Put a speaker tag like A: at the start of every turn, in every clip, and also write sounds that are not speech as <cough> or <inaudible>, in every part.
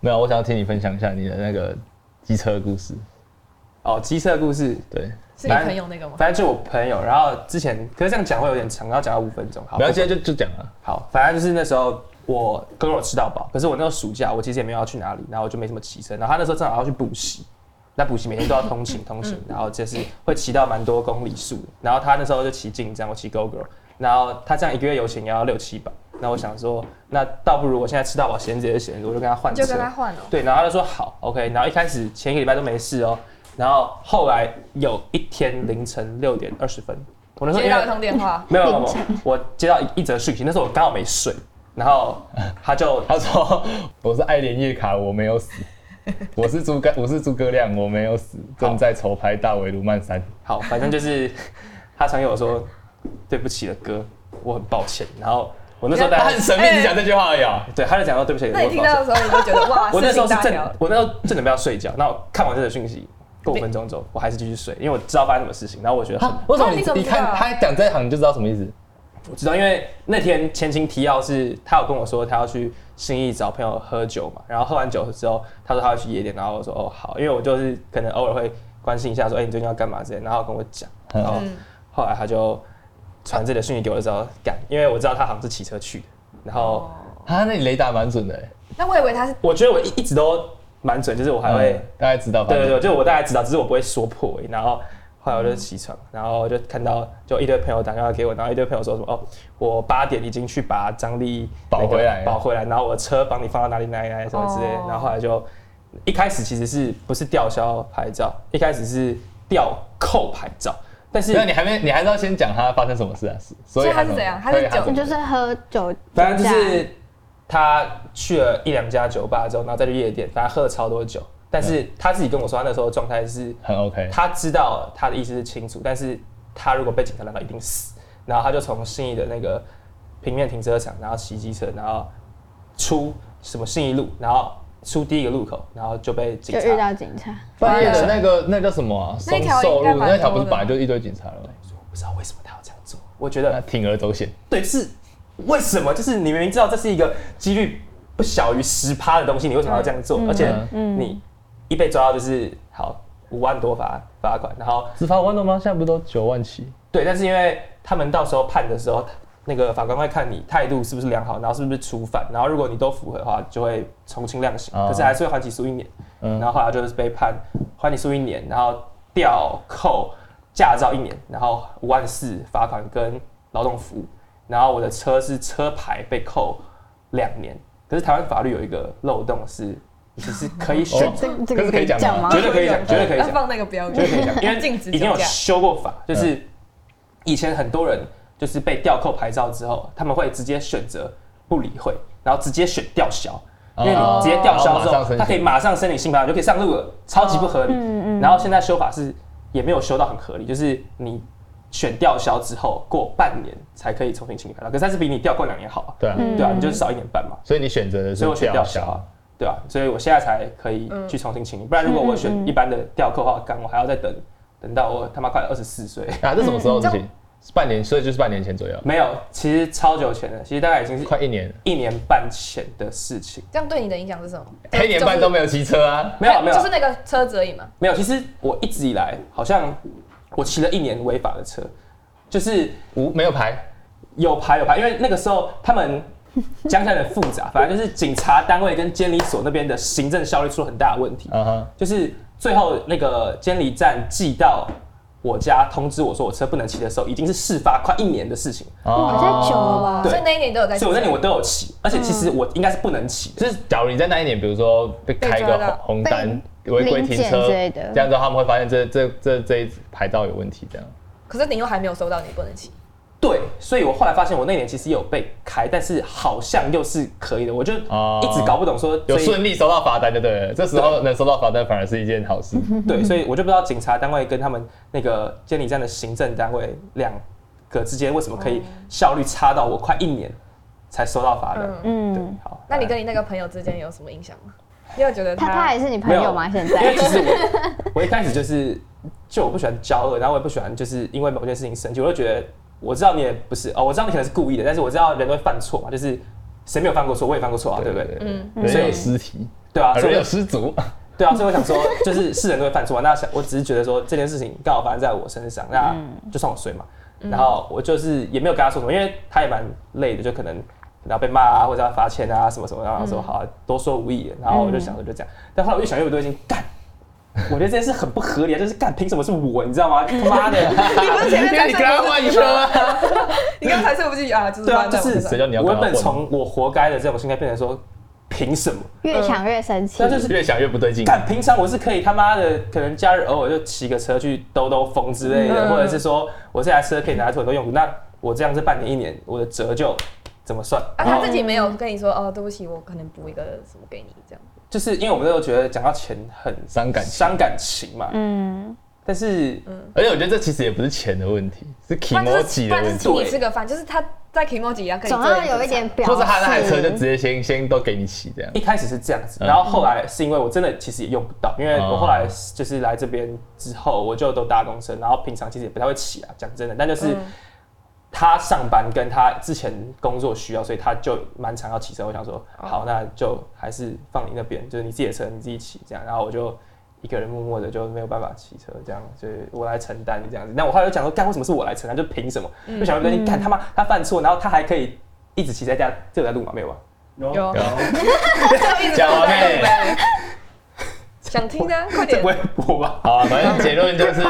A: 没有，我想要听你分享一下你的那个机车的故事。
B: 哦，机车的故事，
A: 对，
C: 是你朋友那个吗？
B: 反正就我朋友，然后之前，可是这样讲会有点长，要讲到五分钟。好，
A: 不要
B: 不
A: 现在就就讲啊了。
B: 好，反正就是那时候我跟我吃到饱，可是我那时候暑假我其实也没有要去哪里，然后我就没什么骑车。然后他那时候正好要去补习，那补习每天都要通
C: <laughs>
B: 勤通
C: 嗯
B: 勤，然后就是会骑到蛮多公里数的。然后他那时候就骑进站，我骑 Go Go，然后他这样一个月油钱也要六七百。那我想说，那倒不如我现在吃到饱，闲着也闲着，我就跟他换
C: 你
B: 车。
C: 就跟他换哦。
B: 对，然后他就说好，OK。然后一开始前一个礼拜都没事哦，然后后来有一天凌晨六点二十分，我那时候
C: 接
B: 因为
C: 到一通电话，
B: 没有没有，没有我接到一一则讯息，那时候我刚好没睡，然后他就
A: 他说我是爱莲叶卡，我没有死。我是诸葛，我是诸葛亮，我没有死，正在筹拍《大围卢曼山》。
B: 好，反正就是 <laughs> 他传给我说对不起的歌，我很抱歉。然后我那时候
A: 他
B: 大
A: 很
B: 概
A: 神秘，只讲这句话而已啊。
B: 对他就讲到对不起，
C: 那你听
B: 我很抱
C: 到
B: 歉。
C: 的时候，你就觉得哇，
B: 我那
C: 事
B: 时候
C: 情
B: 是
C: 大
B: 正
C: 条，
B: 我那时候正准备要睡觉，那我看完这则讯息，过五分钟之后，我还是继续睡，因为我知道发生什么事情，然后我觉得很
A: 啊，为什么
C: 啊
A: 你
C: 你怎么
A: 你看
C: 知道
A: 他讲这一行你就知道什么意思？
B: 我知道，因为那天前情提要是他有跟我说他要去新义找朋友喝酒嘛，然后喝完酒之后，他说他要去夜店，然后我说哦好，因为我就是可能偶尔会关心一下说，哎、你最近要干嘛之类的，然后他跟我讲，然后
C: 嗯
B: 后来他就传这个讯息给我的时候，干，因为我知道他好像是骑车去的，然
C: 哦
B: 后
A: 啊，那你雷达蛮准的欸，
C: 那我以为他是
B: 我觉得我一一直都蛮准，就是我还会。
A: 嗯大概知道吧？
B: 对啊对对，就我大概知道，只是我不会说破而已。然后后来我就起床，
A: 嗯
B: 然后就看到就一堆朋友打电话给我，然后一堆朋友说什么哦，我八点已经去把张力那个
A: 保回来
B: 保回来，然后我的车帮你放到哪里哪里哪里什么之类的
C: 哦。
B: 然后后来就一开始其实是不是吊销牌照，一开始是吊扣牌照，但是
A: 那你还没，你还是要先讲他发生什么事啊？是所
C: 所以他是怎样他是
A: 所以
C: 酒
A: 怎么
D: 就是喝酒，
B: 反正就是他去了一两家酒吧之后，然后再去夜店，反正喝了超多酒。
A: 嗯
B: 但是他自己跟我说，他那时候的状态是
A: 很 OK，
B: 他知道他的意思是清楚，但是他如果被警察拦到，一定死。然后他就从信义的那个平面停车场，然后骑机车，然后出什么信义路，然后出第一个路口，然后就被警
D: 就遇
B: 察。
D: 到警察，
A: 半夜的那个那叫什么啊？
C: 那
A: 松
C: 一条
A: 寿
C: 应该
A: 路
C: 蛮
A: 那条不是
C: 多的
A: 本来就一堆警察了吗？
B: 我不知道为什么他要这样做，我觉
A: 那
B: 得
A: 铤而走险，
B: 对是为什么？就是你明明知道这是一个几率不小于十趴的东西，你为什么要这样做？
D: 嗯
B: 而且你一被抓到就是好五万多罚罚款，然后
A: 只罚五万多吗？现在不都九万起？
B: 对，但是因为他们到时候判的时候，那个法官会看你态度是不是良好，然后是不是初犯，然后如果你都符合的话，就会从轻量刑，
A: 哦
B: 可是还是会缓起诉一年。
A: 嗯
B: 然后后来就是被判缓起诉一年，然后吊扣驾照一年，然后五万四罚款跟劳动服务，然后我的车是车牌被扣两年，可是台湾法律有一个漏洞是，你是可以选
A: 哦
B: 择，
D: 这这
A: 可是可以讲吗
D: 吗
B: 绝？对可以讲，绝对可以
C: 要
B: 讲。
C: 放那个标语，
B: 就是可以讲，因为
C: <laughs> 禁止
B: 已经
C: 酒
B: 有
C: 驾。
B: 修过法，就是以前很多人就是被吊扣牌照之后，他们会直接选择不理会，然后直接选吊销，因为
A: 哦
B: 你直接吊销之
A: 然后马上
B: 后
A: 申，请
B: 他可以马上申请新牌照就可以上路了，超级不合
C: 嗯
B: 理。然后现在修法是也没有修到很合理，就是你选吊销之后过半年才可以重新请你牌照，可是它是比你吊扣两年好啊，
A: 对啊，
B: 对啊，你就少一年半嘛。
A: 所以你选择的是
B: 所以我选吊销
A: 销
B: 啊，，对啊，所以我现在才可以
C: 嗯
B: 去重新请你，不然如果我选一般的吊扣的话，干我还要再等，等到我他妈快二十四岁，
A: 啊，这什么时候的事情？是半年，所以就是半年前左右，
B: 没有，其实超久前了，其实大概已经是
A: 快一年，
B: 一年半前的事情，
C: 这样对你的影响是什么？哎
A: 一年半都没有骑车啊。
B: 没有没有
C: 就是那个车子而已嘛。
B: 没有，其实我一直以来好像我骑了一年违法的车，就是
A: 无没有牌，
B: 有牌有牌，因为那个时候他们讲起来很复杂，反正就是警察单位跟监理所那边的行政效率出了很大的问题，
A: 嗯哼，
B: 就是最后那个监理站寄到我家通知我说我车不能骑的时候，已经是事发快一年的事情，
D: 哇，
A: 哦
D: 太久了吧？
B: 对
C: 所以那一年你都有在骑车，
B: 所以我那年我都有骑，
C: 嗯
B: 而且其实我应该是不能骑的。
A: 就是假如你在那一年，比如说被开一
C: 被
A: 个
C: 抓到
A: 红红单，违规停
D: 零检
A: 车
D: 之类的
A: 这样子他们会发现这这这这一牌照有问题，这样。
C: 可是你又还没有收到，你不能骑。
B: 对，所以我后来发现我那年其实有被开，但是好像又是可以的，我就
A: 哦
B: 一直搞不懂说
A: 有
B: 所以
A: 顺利收到罚单就对了，这时候能收到罚单反而是一件好事。
B: 对，所以我就不知道警察单位跟他们那个监理站的行政单位两个之间为什么
C: 哦
B: 可以效率差到我快一年才收到罚单。
C: 嗯，
B: 对
D: 嗯，，
B: 好，
C: 那你跟你那个朋友之间有什么影响吗？你有觉得
D: 他
C: 他
D: 他也是你朋友吗？现
B: 因为
D: 在
B: 其实 <laughs> 我我一开始就是，就我不喜欢骄傲，然后我也不喜欢就是因为某件事情生气，我就觉得我知道你也不是哦，我知道你可能是故意的，但是我知道人都会犯错嘛，就是谁没有犯过错，我也犯过错啊，对不对？
A: 嗯，
C: 嗯
A: 人有失体，
B: 对啊，所
A: 如
B: 以
A: 有
B: 我
A: 失足，
B: 对啊，所以我想说，就是是人都会犯错啊。那想，我只是觉得说这件事情刚好发生在我身上，那
A: 嗯
B: 就算我衰嘛。然后我就是也没有跟他说什么，因为他也蛮累的，就可能然后被骂啊，或者要罚钱啊什么什么，然后他
A: 嗯
B: 说好、啊、多说无益。然后我就想着就这样，但后来我越想越多，已经干。我觉得这件事很不合理啊，就是干凭什么是我，你知道吗？他妈的， <laughs>
A: <laughs>
C: 你不是前面才
A: 你跟他换一车啊，
C: 你刚才说不进去啊，就是
B: 对啊，
C: 放
B: 就
C: 在我
B: 是
C: 身上
A: 谁叫你要
B: 我
A: 跟
B: 原
A: 他
B: 本
A: 混
B: 从我活该的这种心态变成说，凭什么？
D: 越想越生气
B: 那。就是
A: <laughs> 越想越不对劲。
B: 干，平常我是可以他妈的，可能假日偶尔就骑个车去兜兜风之类的，
C: 嗯
B: 或者是说我这台车可以拿来做很多用途。那我这样这半年一年，我的折旧怎么算？
C: 啊，他自己没有跟你说哦，对不起，我可能补一个什么给你这样。
B: 就是因为我们都觉得讲到钱很
A: 伤感情
B: 伤感情嘛。
D: 嗯，
B: 但是
A: 而且我觉得这其实也不是钱的问题，是 k i
C: 他
A: m o
C: 就
A: j
C: 是
A: 的
C: 他就
A: 问
C: 是
A: 题，
C: 请你吃个饭，就是他在 k i m o j i 一样跟你
D: 总
C: 做
D: 要
C: 补
D: 有一
C: 偿
D: 点表示。
A: 或者他那台车就直接先先都给你骑这样。
B: 一开始是这样子，
A: 嗯哦
B: 然后后来是因为我真的其实也用不到，因为我后来就是来这边之后，我就都搭公车，然后平常其实也不太会骑啊，讲真的，但就是。
C: 嗯
B: 他上班跟他之前工作需要，所以他就蛮常要骑车。我想说，好，那就还是放你那边，就是你自己的车你自己骑这样。然后我就一个人默默的就没有办法骑车，这样就是我来承担这样子。那我后来就讲说，干为什么是我来承担？就凭什么？就想要跟你干他妈他犯错，然后他还可以一直骑在家，这有在录吗？没有吧？
C: 有
A: 然后
C: 一直
A: 讲完
C: 在
A: 没
C: 录呗想听啊，快
B: 这
C: 点
B: 不。会播吧？
A: 好啊，反正结论就是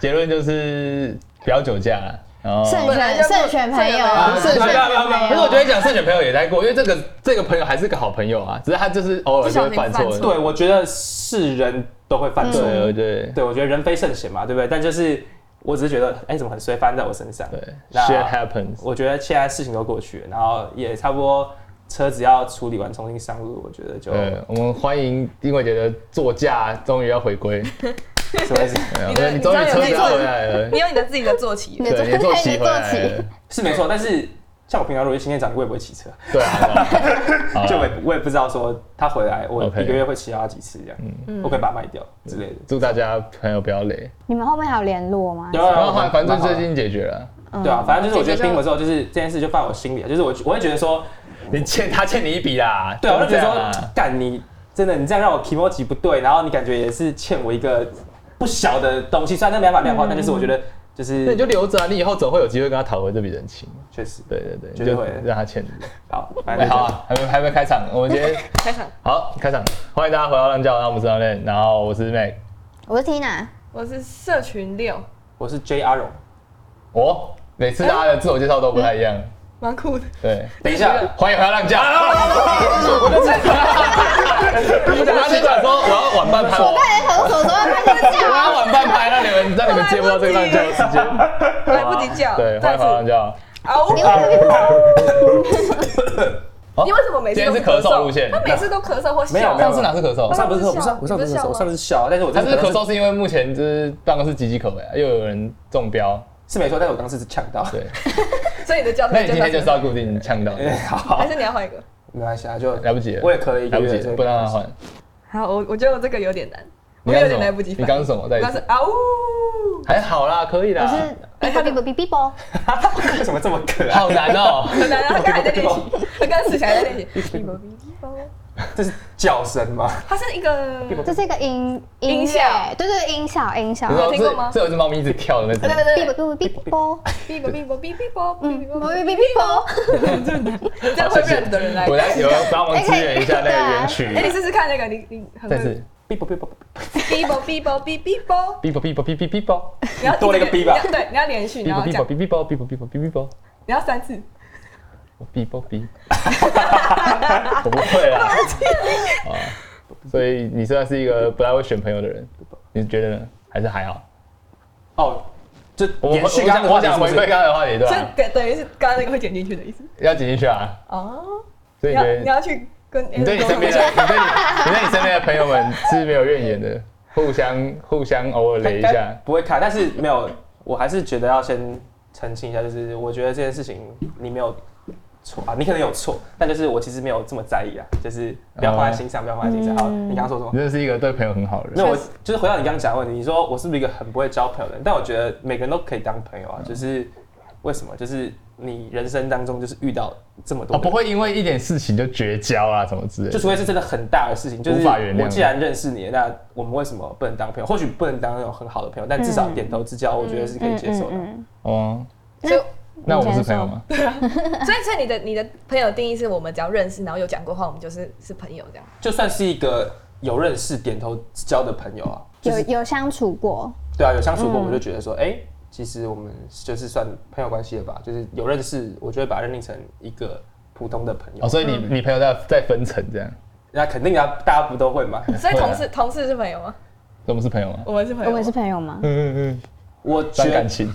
A: 结论就是不要酒驾啊啦。然后，
D: 慎
A: 可
C: 本来就
D: 选
C: 不
D: 慎选朋友
C: 啊，
D: 慎选
B: 不要不要不
D: 朋
B: 要
D: 友。
A: 是我觉得讲慎选朋友也在过，因为这个这个朋友还是个好朋友啊，只是他就是偶尔就会犯
C: 不小
A: 错
C: 心犯。
B: <laughs>
C: 错
B: 对，我觉得是人都会犯错。
A: 对对对
B: 对，我觉得人非圣贤嘛，对不对？但就是我只是觉得，哎、怎么很衰，发生在我身上？
A: 对
B: 那哦
A: ，shit happens。
B: 我觉得现在事情都过去了，然后也差不多车子要处理完，重新上路，我觉得就
A: 对，我们欢迎，因为觉得座驾终于要回归，
B: 什么意思？
A: 对啊
C: 你的
A: 你终于车
C: 你知
A: 子要
C: 道有
A: 回来了
C: 你，有你的自己的坐骑
D: 你，的
A: 对，你的坐骑回来
D: 你的
A: 了
D: 坐骑，
B: 是没错，但是像我平常如果去新店长，我也不会骑车，
A: 对啊，好吧 <laughs> 好啦啊
B: 就我也我也不知道说他回来，我
A: OK 嗯
B: 一个月会骑到他几次这样，我可以把它卖掉之类的。
A: 祝大家朋友不要累。
D: 你们后面还有联络吗？
B: 有
A: 然后反反正最。
B: 有有
A: 近解决了，
B: 啊对啊，反正就是我觉得
C: 解决就
B: 拼了之后，就是这件事就放在我心里了，啊就是我我会觉得说，
A: 你欠他欠你一笔啦。
B: 对啊，我就觉得
A: 这样啊
B: 说，干你真的，你这样让我 e m o j i 不对，然后你感觉也是欠我一个不小的东西，虽然那没办法量化，但就是我觉得就
A: 那
B: 是
A: 你就留着啊，你以后总会有机会跟他讨回这笔人情。
B: 确实
A: 对对对，你
B: 绝对
A: 就
B: 会
A: 让他欠你。
B: 好，反
A: 哎，
B: 正就
A: 好啊，还没还没开场，我们今天
C: 开场。
A: <laughs> 好开场，欢迎大家回到浪教，然后我们是教练，然后我是 Mac，
D: 我是 Tina，
C: 我是社群六，
B: 我是 J R 荣。
A: 我哦每次大家的自我介绍都不太一样，
C: 蛮酷的。
A: 对。
B: 等一下，
A: 欢迎回到浪教，啊我就知 <laughs> 道，我刚才想说我要晚半拍，我
D: 大家想说什么？快点
A: 我
D: 讲。
A: 要晚半拍，让你们让你们接不到这个浪教的时间。
C: <laughs> 来不及叫，
A: 对，欢
C: 再
A: 迎
C: 次
A: 回到浪教。
C: 嗷呜！
A: 哦
C: 你为什么每次都
A: 今天是咳嗽路线
C: 他每次都咳嗽或
B: 没有
C: 笑
B: 没。有
A: 上次哪是咳嗽
B: 我？上不是
C: 笑
B: 我上我上不是
C: 你不是
B: 咳
C: 笑吗
B: 嗽，我上次笑，但是我
A: 他
B: 真
A: 这
B: 的
A: 个咳嗽是因为目前就是办公室岌岌可危啊，又有人中标，
B: 是没错，但是我刚刚是呛到。
C: <laughs>
A: 对。
C: 所以你的叫
A: 那你今天就是
C: 叫
A: 要固定呛到，
C: <laughs>
B: 哎，好
C: 还，是你要换一个？
B: 没关系啊，就
A: 来不及了，
B: 我也咳了一
A: 来不
B: 个月，
A: 及
B: 所
A: 了，
B: 以
A: 不让他换。
C: 好，我我觉得我这个有点难，
A: 你
C: 我
A: 刚
C: 有
A: 刚什
C: 点
A: 么
C: 来不及反
A: 你
C: 应。
A: 刚刚什么？再一
C: 那是啊
A: 次。
C: 嗷呜！
A: 还好啦，可以
D: 我
A: 啦。
D: 是 Bibo Bibo Bibo Bibo，
B: <laughs> 为什么这么可爱？
A: 好难
C: <laughs>
A: 哦。
C: 很难啊，他刚才在练习，
A: <laughs>
C: 他刚刚死起来在练习。哔啵哔啵
B: 这是叫声吗？
C: 它是一个，
D: 这是一个音
C: 音
D: 音
C: 效
D: 乐，对对，音效音效
A: 你。
C: 有听过吗
A: 这有一只猫咪一直跳的那
C: 对
A: 种。
C: 对
D: Bibo
C: 对
D: Bibo Bibo，
C: 哔啵哔啵哔哔啵
D: 嗯
C: 哔啵
D: ，Bibo
C: 哔
D: Bibo Bibo，
A: 嗯
C: 这样会认的人来
A: 我。来，有人帮忙支援一下那个原
C: 哎，你
A: 曲。
C: 试试看那个，你你很
A: 再
C: 会
A: 次。
B: 哔啵哔啵，
C: 哔啵哔啵哔哔啵，
A: 哔啵哔啵哔哔哔啵，
C: 你要
B: 多了一个
C: 哔
B: B
A: 啊
B: 吧
C: 对，你要连 <laughs> 续，
A: 哔
C: 然
A: 啵
C: 后
A: 哔啵
C: 讲，
A: 哔哔啵，哔啵哔啵哔哔啵，
C: 你要三次。
A: 我哔啵哔。我不会啦。啊，所以你算是一个不太会选朋友的人，你觉得呢？还是还好？
B: 哦，就
A: 我
B: 延续
A: 我
B: 刚刚
A: 想
B: 的
A: 我
B: 话题
A: 想
B: 是不
A: 回
B: 是
A: 归刚刚的话题，对啊
C: 所
A: 吧？
C: 以等于是刚刚那个会剪进去的意思。
A: 要剪进去啊。
C: 哦，
A: 所以
C: 你
A: 你
C: 要
A: 觉
C: 你
A: 得
C: 要去跟
A: 你对你身边的，你对你你对你身边的朋友们是没有怨言的，互相互相偶尔雷一下。
B: 不会看，但是没有，我还是觉得要先澄清一下，就是我觉得这件事情你没有错啊，你可能有错，但就是我其实没有这么在意啊，就是不要放在心上，不要放在心上。好，你刚刚说什么
A: 你？真的是一个对朋友很好的
B: 没
A: 人。
B: 有，我就是回到你刚刚讲的问题，你
A: 嗯
B: 说我是不是一个很不会交朋友的人？但我觉得每个人都可以当朋友啊，就是为什么？就是你人生当中就是遇到这么多
A: 啊，
B: 的
A: 不
B: 人、
A: 会因为一点事情就绝交啊什么之类
B: 就
A: 的。
B: 除非是真的很大的事情，就是
A: 无法原谅
B: 我既然认识你了，那我们为什么不能当朋友？或许不能当那种很好的朋友，但至少点头之交，我觉得是可以接受的。
A: 哦，
C: 所以
A: 那我们是朋友吗？
C: 所以所以你的你的朋友定义是我们只要认识，然后有讲过话，我们就是是朋友这
A: 啊
C: 样。
B: 就算是一个有认识、点头之交的朋友啊，就
D: 有
B: 是
D: 有相处过，
B: 对啊，有相处过，我们就觉得说，哎、其实我们就是算朋友关系了吧，就是有认识，我就会把它认定成一个普通的朋友。
A: 哦，所以你你朋友在在分层这样，
B: 那肯定啊，大家不都会
C: <laughs>
B: 嘛。
C: 所以
A: 会啊
C: 同事同事是朋友吗？
A: 我们是朋友吗？
C: 我们是朋友
D: 我
C: 吗，
D: 们是朋友吗？
A: 嗯嗯
B: 我
A: 嗯，
B: 觉
A: 伤感
B: 得
A: 情。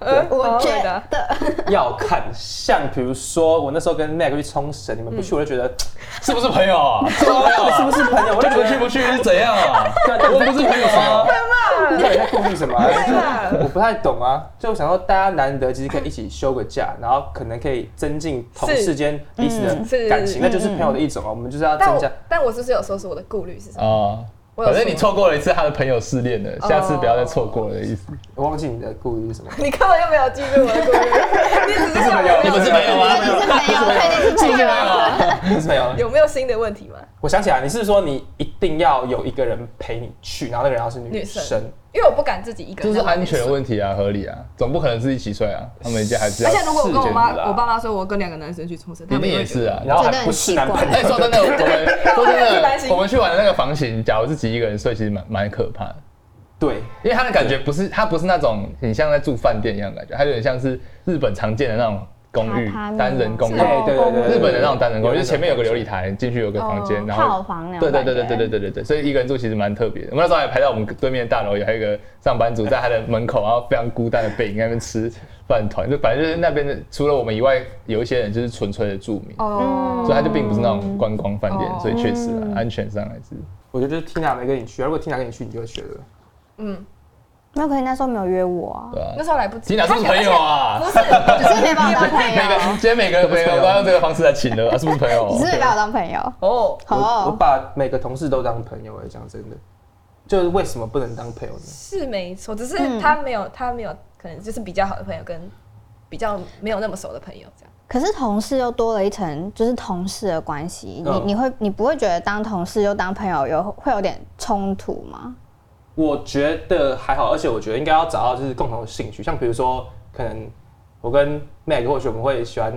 C: 呃，我
D: 觉
C: 觉得
D: 得
B: 要看，像比如说我那时候跟 Mac 去冲绳，你们不去，我就觉得
C: 嗯
A: 是不是朋友啊？
B: 这个朋友是不是朋
C: <laughs>
B: 友？我就觉得
A: 去不去是怎样啊？
B: 对啊，但我
A: 们不是朋友吗？
B: 到底在顾虑什么、
C: <laughs> 对
B: 啊
C: 啦？
B: 我不太懂啊。就我想说，大家难得其实可以一起休个假，然后可能可以增进同事间彼此
C: 嗯
B: 的
C: 是
B: 感情，那就是朋友的一种啊。我们就是要
C: 但
B: 增加
C: 我。但我是不是有说是我的顾虑是什么？
A: 哦，
C: 我有
A: 反正你
C: 说
A: 错过哦了一次他的朋友试恋了，下次不要再错过了的意思。
B: 我忘记你的顾虑是什么。
C: <laughs> 你根本就没有记住我 <laughs> 的顾虑，你只是问
A: 你
C: 我
A: 们是啊朋友
D: 你
A: 吗？
D: 是朋友，肯定是朋友。
A: 啊
B: 你 <laughs> 是没有。
C: 啊有没有新的问题吗？
B: 我想起来，你是说你一定要有一个人陪你去，然后那个人要是女
C: 女生
B: 生，
C: 因为我不敢自己一个
A: 这
C: 人，
A: 是安全的。问题啊，合理啊，总不可能是一起睡啊，他们一家还是要
C: 而。且如果我跟我
A: 是这样子
C: 妈、
A: 啊
C: 我爸妈说我跟两个男生去冲绳，他
A: 一
C: 们
A: 定
C: 也
A: 也
C: 会觉
A: 是
C: 得
A: 啊，
B: 然后还不是男朋
A: 哎，
B: 友，
A: 说真的，我 <laughs> 们说真
C: 我也是担心
A: 的，我们去玩的那个房型，假如是自己一个人睡，其实蛮蛮可怕的，
B: 对，
A: 因为他的感觉不是，他不是那种很像在住饭店一样的感觉，他有点像是日本常见的那种公寓
D: 榻榻，米
A: 单人公寓
D: 是，哦
B: 对对对对
A: 日本的那种单人公寓，就
B: 有那种
A: 是前面有个琉璃台，进去有个房间，
D: 哦
A: 然
D: 套
A: 后
D: 房那种
A: 对对对对
D: 感觉
A: 对对对对对，所以一个人住其实蛮特别的。我们那时候还排到我们对面的大楼，有还有一个上班族在他的门口，然后非常孤单的背影在那边吃饭团，就反正就是那边的除了我们以外，有一些人就是纯粹的住民，
C: 哦
A: 所以他就并不是那种观光饭店，
C: 哦
A: 所以确实啊，安全上来是。
B: 我觉得就是 Tina 没跟你去，如果 Tina 跟你去，你就会觉得
C: 嗯，
D: 那可是那时候没有约我啊，
A: 对啊
C: 那，时候来不及。
A: 吉娜是不是朋友啊？
C: 不是，
D: 只是没把我当朋
A: <laughs> 每个
D: 友，
A: 今天每个人朋友都要用这个方式来请了，啊是不是朋友？
D: 只是没把我当朋友。
C: 哦，
B: 我我
D: 哦，
B: 把每个同事都当朋友哎、讲真的，就是为什么不能当朋友呢？
C: 是没错，只是
D: 嗯
C: 他没有，他没有，可能就是比较好的朋友跟比较没有那么熟的朋友这样。
D: 可是同事又多了一层，就是同事的关系。你
B: 嗯
D: 你会你不会觉得当同事又当朋友有会有点冲突吗？
B: 我觉得还好，而且我觉得应该要找到就是共同的兴趣，像比如说，可能我跟 Meg 或许我们会喜欢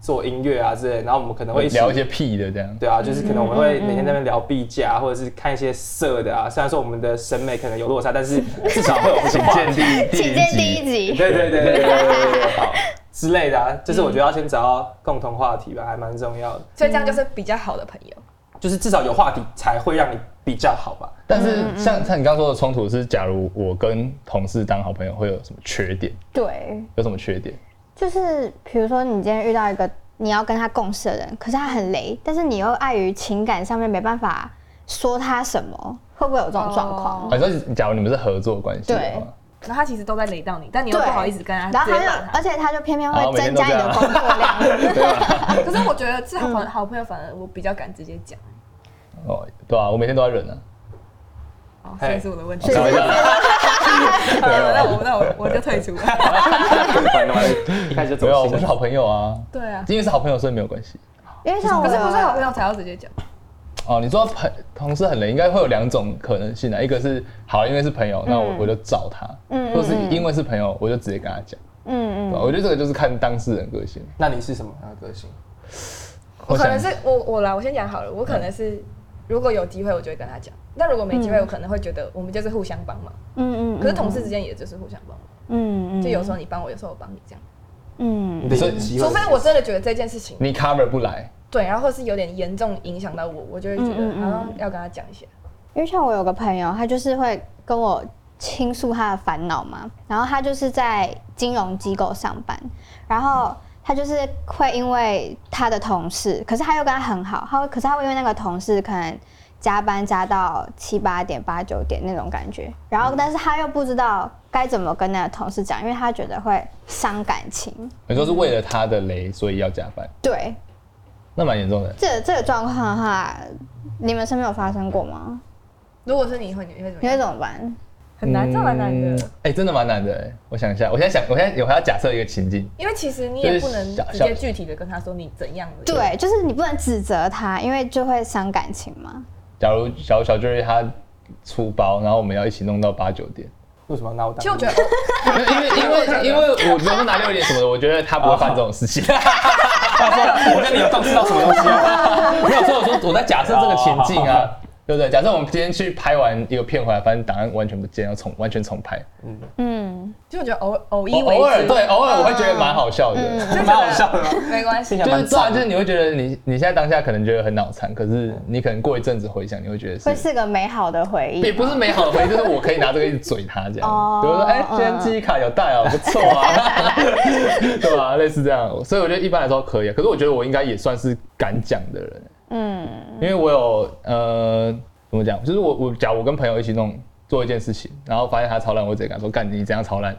B: 做音乐啊之类的，然后我们可能会一起
A: 聊一些屁的这样。
B: 对啊，就是可能我们会每天在那边聊币价，或者是看一些色的啊。虽然说我们的审美可能有落差，但是至少会有
A: 请
B: 话
A: 见第
D: 请见第一。集。
B: 对对对对对对对对，好之类的啊。就是我觉得要先找到共同话题吧，还蛮重要的。
C: 所以这样就是比较好的朋友。
B: 就是至少有话题才会让你比较好吧。
A: 但是
D: 嗯
A: 像像你刚刚说的冲突是，假如我跟同事当好朋友会有什么缺点？
D: 对，
A: 有什么缺点？
D: 就是比如说你今天遇到一个你要跟他共事的人，可是他很雷，但是你又碍于情感上面没办法说他什么，会不会有这种状况？
A: 啊，你说假如你们是合作关系的
D: 哦对
A: 话，
C: 然后他其实都在雷到你，但你又
D: 对
C: 不好意思跟他
D: 然
C: 直
D: 后
C: 接
D: 他就
C: 骂，他。
D: 而且他就偏偏
A: 好
D: 会
A: 每天都
D: 增加你的工作量。
A: 对吧？
C: 可是我觉得是好朋好朋友，反而我比较敢直接讲。
A: 哦，对啊，我每天都要忍啊。
C: 哦，
B: 嘿
C: 所以是我的问题。
A: 开玩笑
C: 好那我那我我就退出。
B: 一开始就
A: 没有，我
B: 走
A: 们是
B: 心了。
A: 好朋友啊，
C: 对啊，
A: 因为是好朋友，所以没有关系。
D: 因为像我啊
C: 可
D: 的，
C: 是不是好朋友才要直接讲，
A: 哦，你说朋同事很雷，应该会有两种可能性啊，一个是好，因为是朋友，那我
D: 嗯
A: 我就找他；，
D: 嗯嗯
A: 或是因为是朋友，我就直接跟他讲。
D: 嗯
A: 对吧
D: 嗯，
A: 我觉得这个就是看当事人个性。
B: 那你是什么样的个性？
C: 我可能
A: 想
C: 是我我来，我先讲好了，我可能是如果有机会我就会跟他讲，那如果没机会，我可能会觉得我们就是互相帮忙。
D: 嗯嗯，
C: 可是同事之间也就是互相帮忙，
D: 嗯，嗯嗯，
C: 就有时候你帮我，有时候我帮你这样。
D: 嗯
B: 你的
A: 所以
B: 机会
C: 除
B: 是
C: 非我真的觉得这件事情
A: 你 cover 不来，
C: 对，然后或是有点严重影响到我，我就会觉得
D: 嗯嗯嗯
C: 好像要跟他讲一下。
D: 因为像我有个朋友，他就是会跟我倾诉他的烦恼嘛，然后他就是在金融机构上班，然后他就是会因为他的同事，可是他又跟他很好，他会，可是他会哎因为那个同事可能加班加到七八点、八九点那种感觉，然后但是他又不知道该怎么跟那个同事讲，因为他觉得会伤感情，
A: 你说是为了他的雷，所以要加班，
D: 对，
A: 那蛮严重的。
D: 这这个状况的话，你们身边有发生过吗？
C: 如果是你会，你会怎么
D: 你
C: 样？
D: 会怎么办？
C: 很难，这蛮难
A: 嗯
C: 的。。
A: 哎、真的蛮难的、哎我想一下，我现在想，我现在有还要假设一个情境，
C: 因为其实你也不能
A: 就是小
C: 直接具体的跟他说你怎样的，，
D: 对，就是你不能指责他，因为就会伤感情嘛。
A: 假如小小 j 他出包，然后我们要一起弄到八九点， <laughs>
B: 为什么要拿我当？
C: 其实我觉得哦
A: 因为因为因为我如果拿六点什么的，我觉得他不会犯这种事情。
B: 我跟你有共识到什么东西啊？
A: <laughs> 没有，所以我说我在假设这个情境啊， <laughs> 对不对？假设我们今天去拍完一个片回来，发现档案完全不见，要重完全重拍。
D: 嗯，
C: 其实我觉得偶偶一为之
A: 偶尔对，偶尔我会觉得蛮好笑的，
D: 嗯
C: 就觉得
B: <laughs> 蛮好笑的吗啊
C: 没关系
B: 听起。来
A: 就是对
B: 蛮
A: 啊，
B: 赞
A: 就是
B: 的。
A: 你会觉得你你现在当下可能觉得很脑残，可是你可能过一阵子回想，你会觉得
D: 会
A: 是。
D: 是个美好的回忆。
A: <laughs> 也不是美好的
D: <laughs>
A: 回忆，就是我可以拿这个一直嘴他这样，
D: 哦
A: 比如说哎，今天记忆卡有带哦， <laughs> 不错啊， <laughs> 对吧？类似这样，所以我觉得一般来说可以啊。可是我觉得我应该也算是敢讲的人，
D: 嗯，
A: 因为我有呃，怎么讲？就是我我假如我跟朋友一起弄做一件事情，然后发现他超烂，我直接跟他说：“干你怎样超烂？”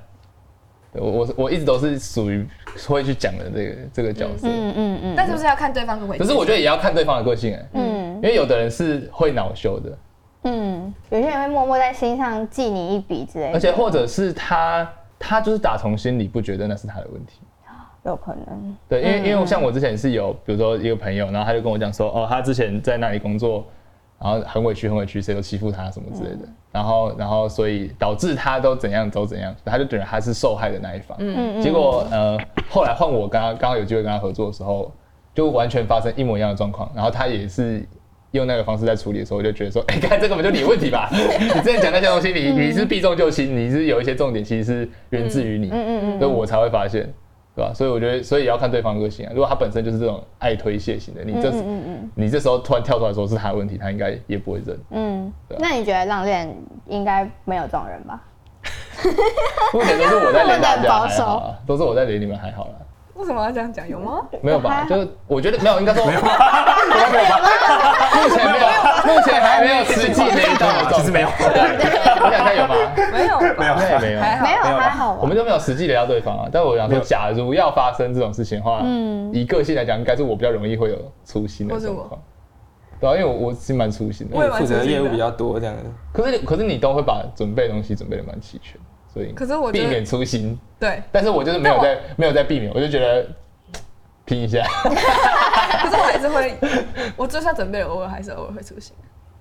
A: 对我我我一直都是属于会去讲的这个这个角色，
D: 嗯嗯嗯，
C: 但是不是要看对方可不可以？
A: 可是我觉得也要看对方的个性哎、
D: 嗯
A: 因为有的人是会恼羞的，
D: 嗯，有些人会默默在心上记你一笔之类的，
A: 而且或者是他他就是打从心里不觉得那是他的问题。
D: 有可能，
A: 对，因为因为像我之前是有，比如说一个朋友，然后他就跟我讲说，哦，他之前在那里工作，然后很委屈，很委屈，谁都欺负他什么之类的，然后然后所以导致他都怎样都怎样，他就觉得他是受害的那一方。
D: 嗯
A: 结果呃，后来换我跟他刚好有机会跟他合作的时候，就完全发生一模一样的状况，然后他也是。用那个方式在处理的时候，我就觉
D: <laughs>
A: 得说，哎、看这根本就你问题吧！你之前讲那些东西，你你是避重就轻，你是有一些重点其实是源自于你，
D: 嗯嗯嗯
A: 所以我才会发现，对吧？所以我觉得，所以也要看对方个性啊。如果他本身就是这种爱推卸型的，你这、
D: 嗯嗯嗯
A: 你这时候突然跳出来说是他的问题，他应该也不会认。
D: <laughs> 嗯
A: 对
D: 嗯
A: 啊，
D: 那你觉得浪恋应该没有这种人吧？
A: 目前都是我在雷大
D: 我很
A: 家
D: 保
A: 还
D: 守
A: 好啊，都是我在雷你们还好啦，
C: 为什么要这样讲？有吗？
A: 没有吧？
D: 还好
A: 就是我觉得没有，应该说没有吧？目前没有，目前还没有实际雷到
C: <laughs>
A: 的状态
B: 其实没有
A: 对我想一下有吗？
C: <laughs> 没有，
B: 没有
A: 应
B: 啊
A: 该也没有。啊
C: 还
D: 没
B: 没
C: 好。
D: 有，
B: 有吧
D: 还好吧，啊
A: 我们就没有实际雷到对方啊，但我想
B: 没
A: 说，
B: 有
A: 假如要发生这种事情的话，
D: 嗯
A: 以个性来讲，应该是我比较容易会有粗心的
C: 或是
A: 状
C: 我
A: 况，对啊，因为我我是蛮粗心的，
B: 因为负责的业务比较多，这样子。
A: 可是你，可是你都会把准备的东西准备的蛮齐全，所以
C: 可是我觉
A: 避
C: 得
A: 免粗心，
C: 对，
A: 但是我就是没有
C: 但我
A: 在没有在避免，我就觉得嘖拼一下。
C: 可是我还是会， <laughs> 我就算准备了，偶尔还是偶尔会出现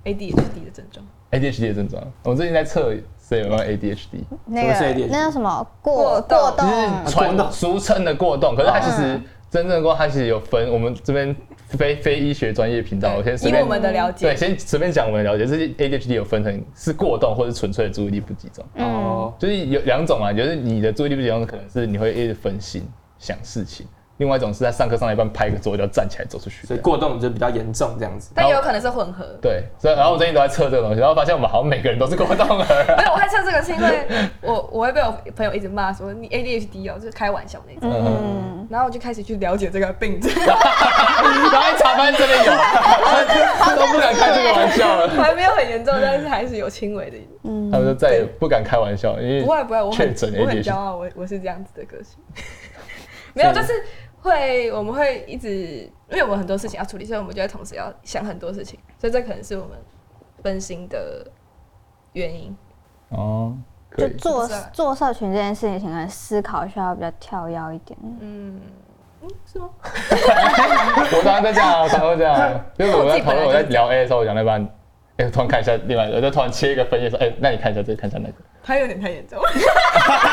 C: ADHD 的症状。
A: ADHD 的症状，我最近在测谁有没有 ADHD，
D: 那
B: 什么是
D: 个
B: ADHD？
D: 那叫什么过
C: 过动
D: 过动
A: 就，
B: 啊
A: 是传
B: 过动
A: 俗称的过动，可是它其
C: 嗯
A: 实真正的过动它其实有分，我们这边非非医学专业频道，我先随
C: 以
A: 便
C: 我们的了
A: 对
C: 解，
A: 先随便讲我们的了解，就是 ADHD 有分成是过动或是纯粹的注意力不集中。
C: 嗯
D: 嗯
B: 哦，
A: 就是有两种啊，就是你的注意力不集中，可能是你会一直分心想事情；，另外一种是在上课上到一半拍个桌就站起来走出去。
B: 所以过动就比较严重，这样子。
C: 但也有可能是混合。
A: 对，所以然后我最近都在测这个东西，然后发现我们好像每个人都是过动儿。
C: 没有，我还测这个是
A: <laughs>
C: 因为我我会被我朋友一直骂说你 ADHD 哦，就是开玩笑那种。
D: 嗯，
C: 然后我就开始去了解这个病症， <laughs>
A: 然后一查发现真的有，都不敢开这个玩笑了。
C: 还没有很严重，但是还是有轻微的。
D: 嗯
A: 他们就再也不敢开玩笑，因为
C: 不会不会，我很
A: 确诊
C: 我很骄
A: ADHD
C: 傲，我我是这样子的个性。 <laughs> 没有，就是会我们会一直，因为我们很多事情要处理，所以我们就会同时要想很多事情，所以这可能是我们分心的原因。
A: 哦，可
D: 就
A: 以。
D: 做
C: 不知道
D: 做社群这件事情，可能思考需要比较跳跃一点。
C: 嗯，嗯，是吗？
A: 我常常在这样啊，我常常会这样啊，因为我们在讨论我在聊 A 的时候，我讲到一半，哎、我突然看一下另外一个，我就突然切一个分页说，哎、那你看一下这个，看一下那个。
C: 他有点太严重，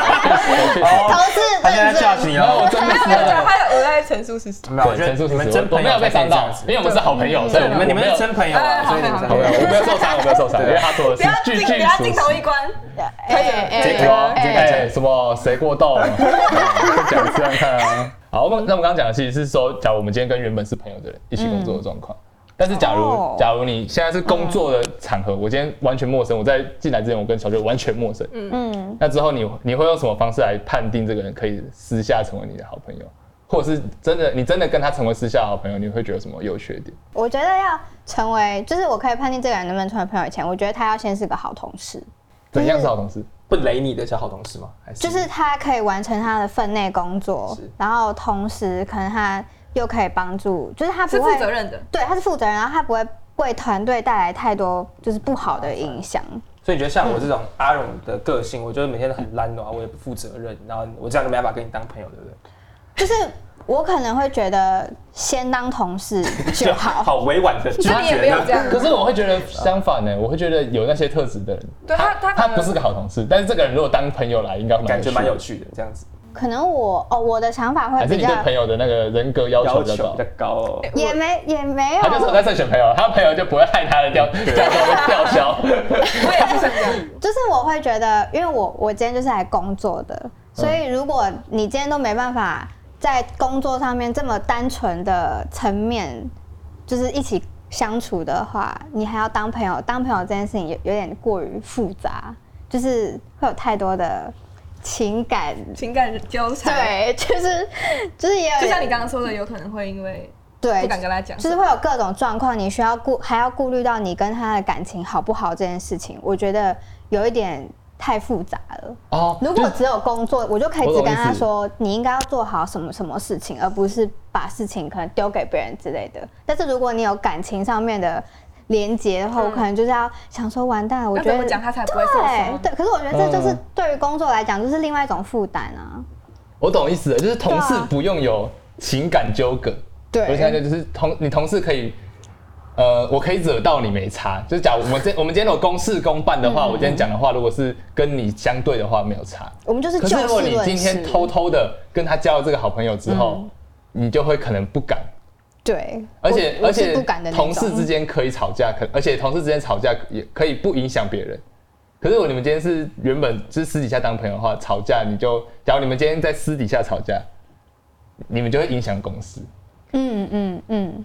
D: 投资
B: 他现在
D: 认
B: 教
D: 真，
B: 训哦你
A: 然哦后我
B: 哦。
A: 真的
C: 没有
A: 是
C: 没有，他有额外陈述事实。
B: 没有，我觉
A: 陈述
B: 得
A: 事
B: 你
A: 实
B: 们真
A: 我
B: 朋
A: 没
B: 友
A: 有被伤到
B: 才可以这样子，
A: 因为我们是好朋友，所以我
C: 对
B: 你们
A: 们
B: 你们
A: 我没有
B: 是真朋友啊，
C: 哎
B: 所以你们
C: 好
B: 才
C: 好
A: 好没
B: 可
A: 有，
B: 以
A: 我没有受伤，我没有受 <laughs> 伤，因
B: 对啊
A: 为他说的
C: 不要
A: 是
C: 进，
A: 句
C: 不
A: 句
C: 要
A: 属
C: 进
A: 实
C: 同。一关。
D: 哎哎
B: 结
D: 哎
B: 果
D: 哎
B: 结果
A: 哎，什么谁过动？ <laughs> 讲这样看啊。好，我们那我们刚刚讲的其实是说，假如我们今天跟原本是朋友的人一起工作的状况，但是假
D: 嗯哦
A: 如假如你现在是工作的场合，我今天完全陌生，我在进来之前我跟小舅完全陌生，
D: 嗯，
A: 那之后你你会用什么方式来判定这个人可以私下成为你的好朋友，或者是真的你真的跟他成为私下的好朋友，你会觉得有什么优缺点？
D: 我觉得要成为，就是我可以判定这个人能不能成为朋友以前，我觉得他要先是个好同事，
A: 怎样是好同事？
B: 不雷你的小好同事吗？还是
D: 就是他可以完成他的分内工作
B: 是，
D: 然后同时可能他又可以帮助，就是他
C: 是
D: 不
C: 负责
D: 会，
C: 任的，
D: 对，他是负责人，然后他不会为团队带来太多就是不好的影响。
B: 所以你觉得像
A: 嗯
B: 我这种阿荣的个性，我就是每天都很懒惰啊，我也不负责任，然后我这样就没办法跟你当朋友，对不对？
D: 就是我可能会觉得先当同事就好，
B: <laughs> 好委婉的拒
C: 这里也
B: 绝
C: 没有这
B: 呢。
C: 样，
A: 可是我会觉得相反呢，我会觉得有那些特质的人，
C: 对他
A: 他
C: 他可能
A: 不是个好同事，但是这个人如果当朋友来，应该会
B: 感觉蛮有
A: 趣
B: 趣的，这样子
D: 可能我哦我的想法会
A: 的，还是
D: 比
A: 你对
D: 较
A: 朋友的那个人格要求
B: 要
A: 比较
B: 求
A: 高
B: 比较。高哦。
C: 哎
D: 也没也没有
A: 他，就是有在慎选朋友，他朋友就不会害他的掉价格会吊销。
C: 我也是这 <laughs> 样，
D: 就是我会觉得，因为我我今天就是来工作
C: 嗯
D: 的，所以如果你今天都没办法在工作上面这么单纯的层面，就是一起相处的话，你还要当朋友，当朋友这件事情有有点过于复杂，就是会有太多的情感，
C: 情感纠缠。
D: 对，就是就是也有
C: 就像你刚刚说的，有可能会因为
D: 对
C: 不敢跟他讲，
D: 就是会有各种状况，你需要顾还要顾虑到你跟他的感情好不好这件事情，我觉得有一点太复杂了。
A: <laughs> 哦
D: 如果只有工作，我就可以
A: 我
D: 只
A: 懂
D: 跟
A: 意
D: 他
A: 思
D: 说你应该要做好什么什么事情，而不是把事情可能丢给别人之类的。但是如果你有感情上面的连结的话，我可能就是要想说完蛋了，我
C: 嗯要
D: 觉
C: 怎
D: 得
C: 么讲他才不会受
D: 对
C: 伤？
D: 对，可是我觉得这就是
A: 嗯
D: 对于工作来讲，就是另外一种负担啊。
A: 我懂意思了，就是同事
D: 对啊
A: 不用有情感纠葛。我现在
D: 对，
A: 就是同你同事可以，呃，我可以惹到你没差。就是假如我们今我们今天有公事公办的话，我今天讲的话如果是跟你相对的话没有差。
D: 我们就是
A: 可
D: 就是事
A: 如果你
D: 论
A: 今天
D: 事
A: 偷偷的跟他交了这个好朋友之后，你就会可能不敢。
D: 对，
A: 而且
D: 我
A: 而
D: 我是
A: 且
D: 不敢的那
A: 同事
D: 种
A: 之间可以吵架，可而且同事之间吵架也可以不影响别人。可是我你们今天是原本就是私底下当朋友的话，吵架你就，假如你们今天在私底下吵架，你们就会影响公司。
D: 嗯嗯嗯，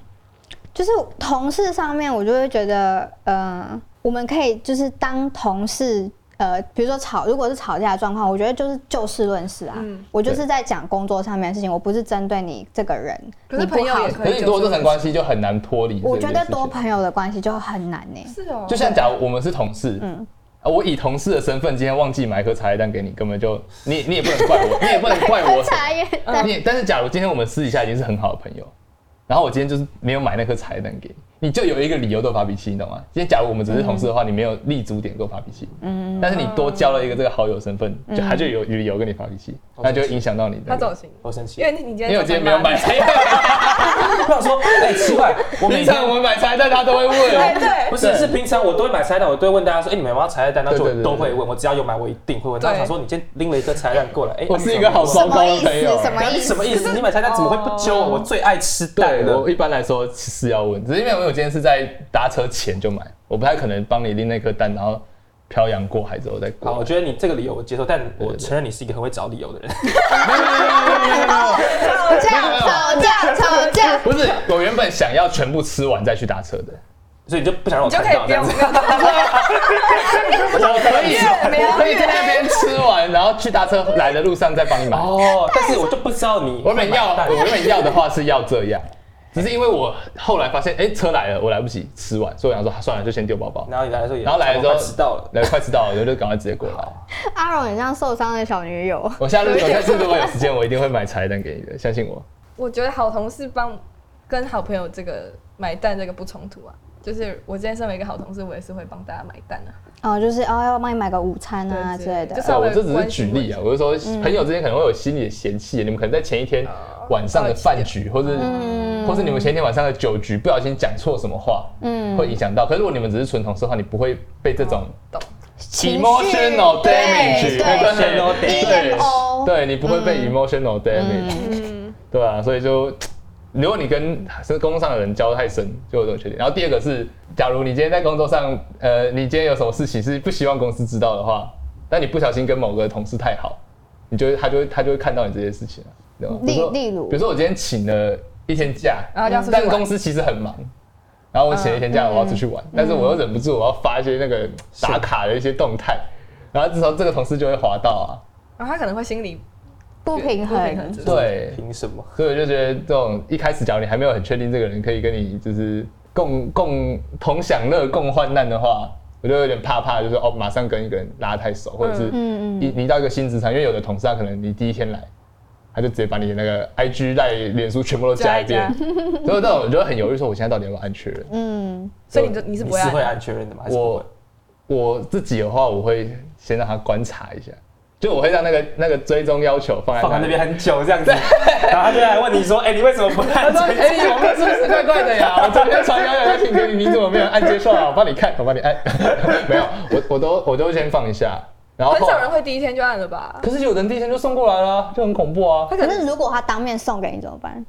D: 就是同事上面，我就会觉得，呃，我们可以就是当同事，呃，比如说吵，如果是吵架的状况，我觉得就是就事论事啊。
C: 嗯
D: 我就
A: 对
D: 是在讲工作上面的事情，我不是针对你这个人。
C: 可是
D: 你不
C: 朋友
D: 好
C: 也
A: 可是你
C: 就
A: 如果这层
C: 是
A: 关系就很难脱离。
D: 我觉得多朋友的关系就很难欸呢、
C: 是哦，
A: 就像假如我们是同事，嗯
D: 嗯，
A: 我以同事的身份今天忘记买颗茶叶蛋给你，根本就你你也不能怪我，你也不能怪我
D: 喝
A: 什么。
D: 茶叶蛋，
A: 你但是假如今天我们私底下已经是很好的朋友，然后我今天就是没有买那颗茶叶蛋给你，你就有一个理由对我发脾气，你懂吗？今天假如我们只是同事的话，你没有立足点跟我发脾气，嗯，但是你多交了一个这个好友身份，
D: 嗯
A: 就他就有理由跟你发脾气，
B: 哦
A: 那就会影响到你
C: 他
A: 的。
C: 走心，
B: 我生气
C: 因，为你今天
A: 因为我今天没有买
C: 早
A: 茶叶蛋，
B: <laughs> 我想说，哎，奇怪，我每
A: <laughs> 平
B: 天
A: 常我们买茶叶蛋他都会
C: 上
A: 问
C: 班，哎对
B: 不是，是平常我都会买茶叶蛋，我都会问大家说，哎、你们有没有茶叶蛋？那
A: 对
B: 就
A: 对
B: 我
A: 对
B: 都会问，我只要有买，我一定会问。
C: 对
B: 那我想说，你今天拎了一颗茶叶蛋过来，哎、
A: 我是一个好
B: 爽。
A: 糟糕的朋友。
D: 什么
B: 那
D: 意
B: 你
D: 思
B: 什？么意思？你买茶叶蛋怎么会不
C: 哦
B: 揪我？我最爱吃
A: 对
B: 蛋了
A: 我。一般来说是要问，只是因为我今天是在搭车前就买，我不太可能帮你拎那颗蛋，然后漂洋过海之后再
B: 好，我
A: 过。
B: 觉得你这个理由我接受，但
A: 对
B: 我
A: 对
B: 承认你是一个很会找理由的人。
D: <laughs> 吵架，吵架，吵架。
A: 不是，我原本想要全部吃完再去搭车的，
B: 所以你就不想让我
C: 你就
B: 看
C: 可以
B: 到
C: 不
B: 这样
C: 用
B: 子
C: 不。用 <laughs> 当朋友，
A: 我可以，
C: 没有
A: 我可以在那边吃完，然后去搭车来的路上再帮你买。
B: 哦，但是我就不知道你
A: 我原本要，
B: 买蛋
A: 我原本要的话是要这样，只是因为我后来发现，哎，车来了，我来不及吃完，所以我想说算了，就先丢包
B: <laughs>
A: 包。
B: 然后你来的时候也，
A: 然后来的时候
B: 差不多快迟到了，
A: 来快迟到了，我就赶快直接过来。
D: 阿荣很像受伤的小女友。
A: 我下次我下次如果有时间，我一定会买茶叶蛋给你的，相信我。
C: 我觉得好同事帮跟好朋友这个买单这个不冲突啊。就是我今天身为一个好同事，我也是会帮大家买单啊。
D: 哦，就是哦，要帮你买个午餐啊
C: 对
D: 之类的
C: 就。是
A: 对，哦我这只是举例啊，我是说朋友之间可能会有心理的嫌弃，你们可能在前一天晚上的饭局，或者
D: 嗯
A: 或是你们前一天晚上的酒局不小心讲错什么话，
D: 嗯
A: 会影响到。可是如果你们只是纯同事的话，你不会被这种
C: 懂？
D: 情绪
A: emotional
D: 对
C: 哎
A: damage，
D: 对，E
B: emotional
A: 对
D: EMO
A: 对，你不会被 emotional damage，
C: 嗯，
A: 对啊，所以就。如果你跟是工作上的人交太深，就有这种缺点。然后第二个是，假如你今天在工作上，呃，你今天有什么事情是不希望公司知道的话，但你不小心跟某个同事太好，你就会他就会他就会看到你这些事情啊，对吧？
D: 例
A: 比说
D: 例如
A: 比如说我今天请了一天假，
C: 然后啊就要出去
A: 但
C: 玩嗯
A: 公司其实很忙，然后我请了一天假，我要出去玩，但是我又忍不住我要发一些那个打卡的一些动态，然后这时候这个同事就会滑到啊，
C: 然后他可能会心里
D: 不平衡。
C: 之类的
A: 对，
B: 凭什么？
A: 所以我就觉得这种一开始，假如你还没有很确定这个人可以跟你就是共共同享乐、共患难的话，我就有点怕怕，就是哦，马上跟一个人拉太熟，或者是
D: 嗯
A: 你你到一个新职场，因为有的同事他可能你第一天来，他就直接把你那个 IG、赖脸书全部都加一遍，所以这种我就很犹豫，说我现在到底要不要安全人？
D: 嗯，
C: 所以你就你是
B: 你
C: 不
B: 是
C: 会按
B: 会按确认的吗？还是不
A: 我
B: 会？
A: 我自己的话，我会先让他观察一下，就我会让那个那个追踪要求放在
B: 放在那边
A: 里。
B: 很久这样子，然后他就来问你说：“哎，你为什么不
A: 他
B: 按
A: 说：“
B: 追
A: 哎、你网络是不是怪怪的呀？我昨天传邀邀邀请给你，你怎么没有按接受啊？我帮你看，我帮你按。没有，我我都我都先放一下，然后
C: 很
A: 后
C: 少人会第一天就按了吧？
A: 可是有人第一天就送过来了，就很恐怖啊！
C: 他可
D: 可
C: 能
D: 是如果他当面送给你怎么办？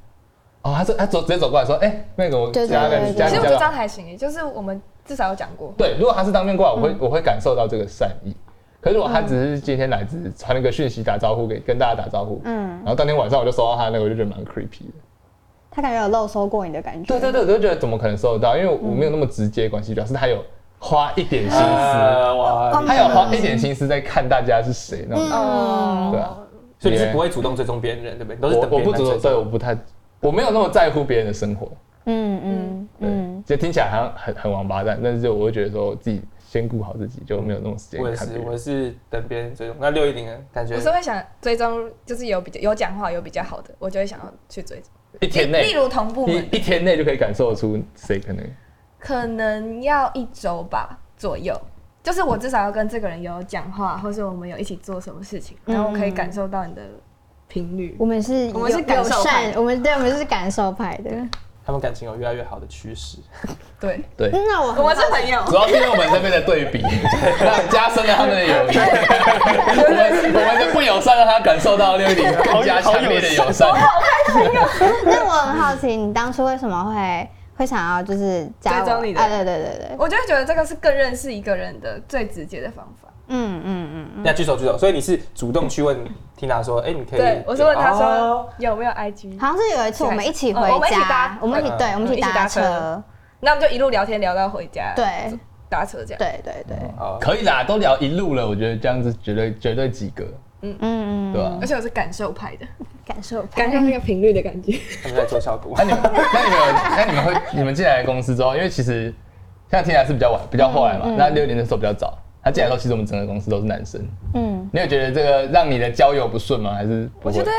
A: 哦，他是他走直接走过来说，哎、那个我
D: 对对
A: 加
D: 对
A: 个
D: 对
B: 啊
A: 加
C: 其实
A: 个
C: 我觉得这
A: 加
C: 样
A: 个，
C: 还行，欸就是我们至少有讲过，
A: 对，如果他是当面过来，我会、我会感受到这个善意。可是如果他只是今天来只是传了个讯息打招呼给跟大家打招呼，嗯，
D: 嗯
A: 然，后当天晚上我就收到他那个，我就觉得蛮 creepy 的。
D: 他感觉有漏收过你的感觉。
A: 对对对，我就觉得怎么可能收得到？因为我没有那么直接关系，表示他有花一点心思，哎
B: 呃，哇，
A: 他有花一点心思在看大家是谁那种。
C: 哦，
D: 嗯
A: 对啊
B: 所以你是不会主动追踪别人，对不对？都是
A: 我
B: 等
A: 我
B: 别
A: 不
B: 人来
A: 主
B: 追
A: 动，对，
B: 踪。
A: 我不太，我没有那么在乎别人的生活。
D: 嗯嗯
A: 嗯
D: 嗯，，
A: 就听起来好像很很王八蛋，但是就我会觉得说我自己先顾好自己，就没有那种时
B: 我
A: 间
B: 也
A: 看别
B: 是，
A: 人。
B: 我是等别人追踪。那六一零呢？感觉
C: 我是会想追踪，就是有比较有讲话有比较好的，我就会想要去追踪。
A: 一天内
C: 例，如同部门，
A: 一一天内就可以感受出谁可能
C: 可能要一周吧左右，就是我至少要跟这个人有讲话，或是我们有一起做什么事情，然后我可以感受到你的频率。
D: 我们是
C: 嗯我们是
D: 友
C: 感
D: 友
C: 受派
D: 善，我们对我们是感受派的。
B: 他们感情有越来越好的趋势。
C: 对，
A: 对。
D: 嗯那我
C: <laughs> 我们是朋友，
A: 主要是因为我们这边的对
C: <laughs>
A: 比，让加深了他们的友谊。我们我们的不友善让他感受到六零更加强烈的友善。
D: 那我很好奇，你当初为什么会会想要就是加我？
C: 追踪你的
D: 啊，对对对
C: <laughs>
D: 对，
C: 我就会觉得这个是更认识一个人的最直接的方法。
D: 嗯嗯嗯
B: 那举手举手，所以你是主动去问 Tina 说：“哎，你可以。”
C: 对，我是问他
B: 哦
C: 说有没有 IG，
D: 嗯，好像是有一次我们一起回
C: 哦我们一起搭
D: 家，我们一起对，
B: 嗯
D: 我们一起
C: 一起搭
D: 搭
C: 车
D: 车，
C: 那我们就一路聊天聊到回家，
D: 对
C: 搭车这样。
D: 对对对，
C: 啊
B: 好
A: 可以啦，都聊一路了，我觉得这样子绝对绝对及格，
D: 嗯嗯，
A: 对吧
C: 而？且我是感受派的，
D: 感受派
C: 啊 <laughs> 感受那个频率的感觉。
B: 他们在做效果
A: <laughs> 那。你们那你们有那你们会你们进来公司之后，因为其实像听来是比较晚比较后来嘛，
C: 嗯
A: 那六零的时候比较早。他进来的时候，其实我们整个公司都是男生。
D: 嗯
A: 你有觉得这个让你的交友不顺吗？还是不
C: 我
A: 会
C: 觉得，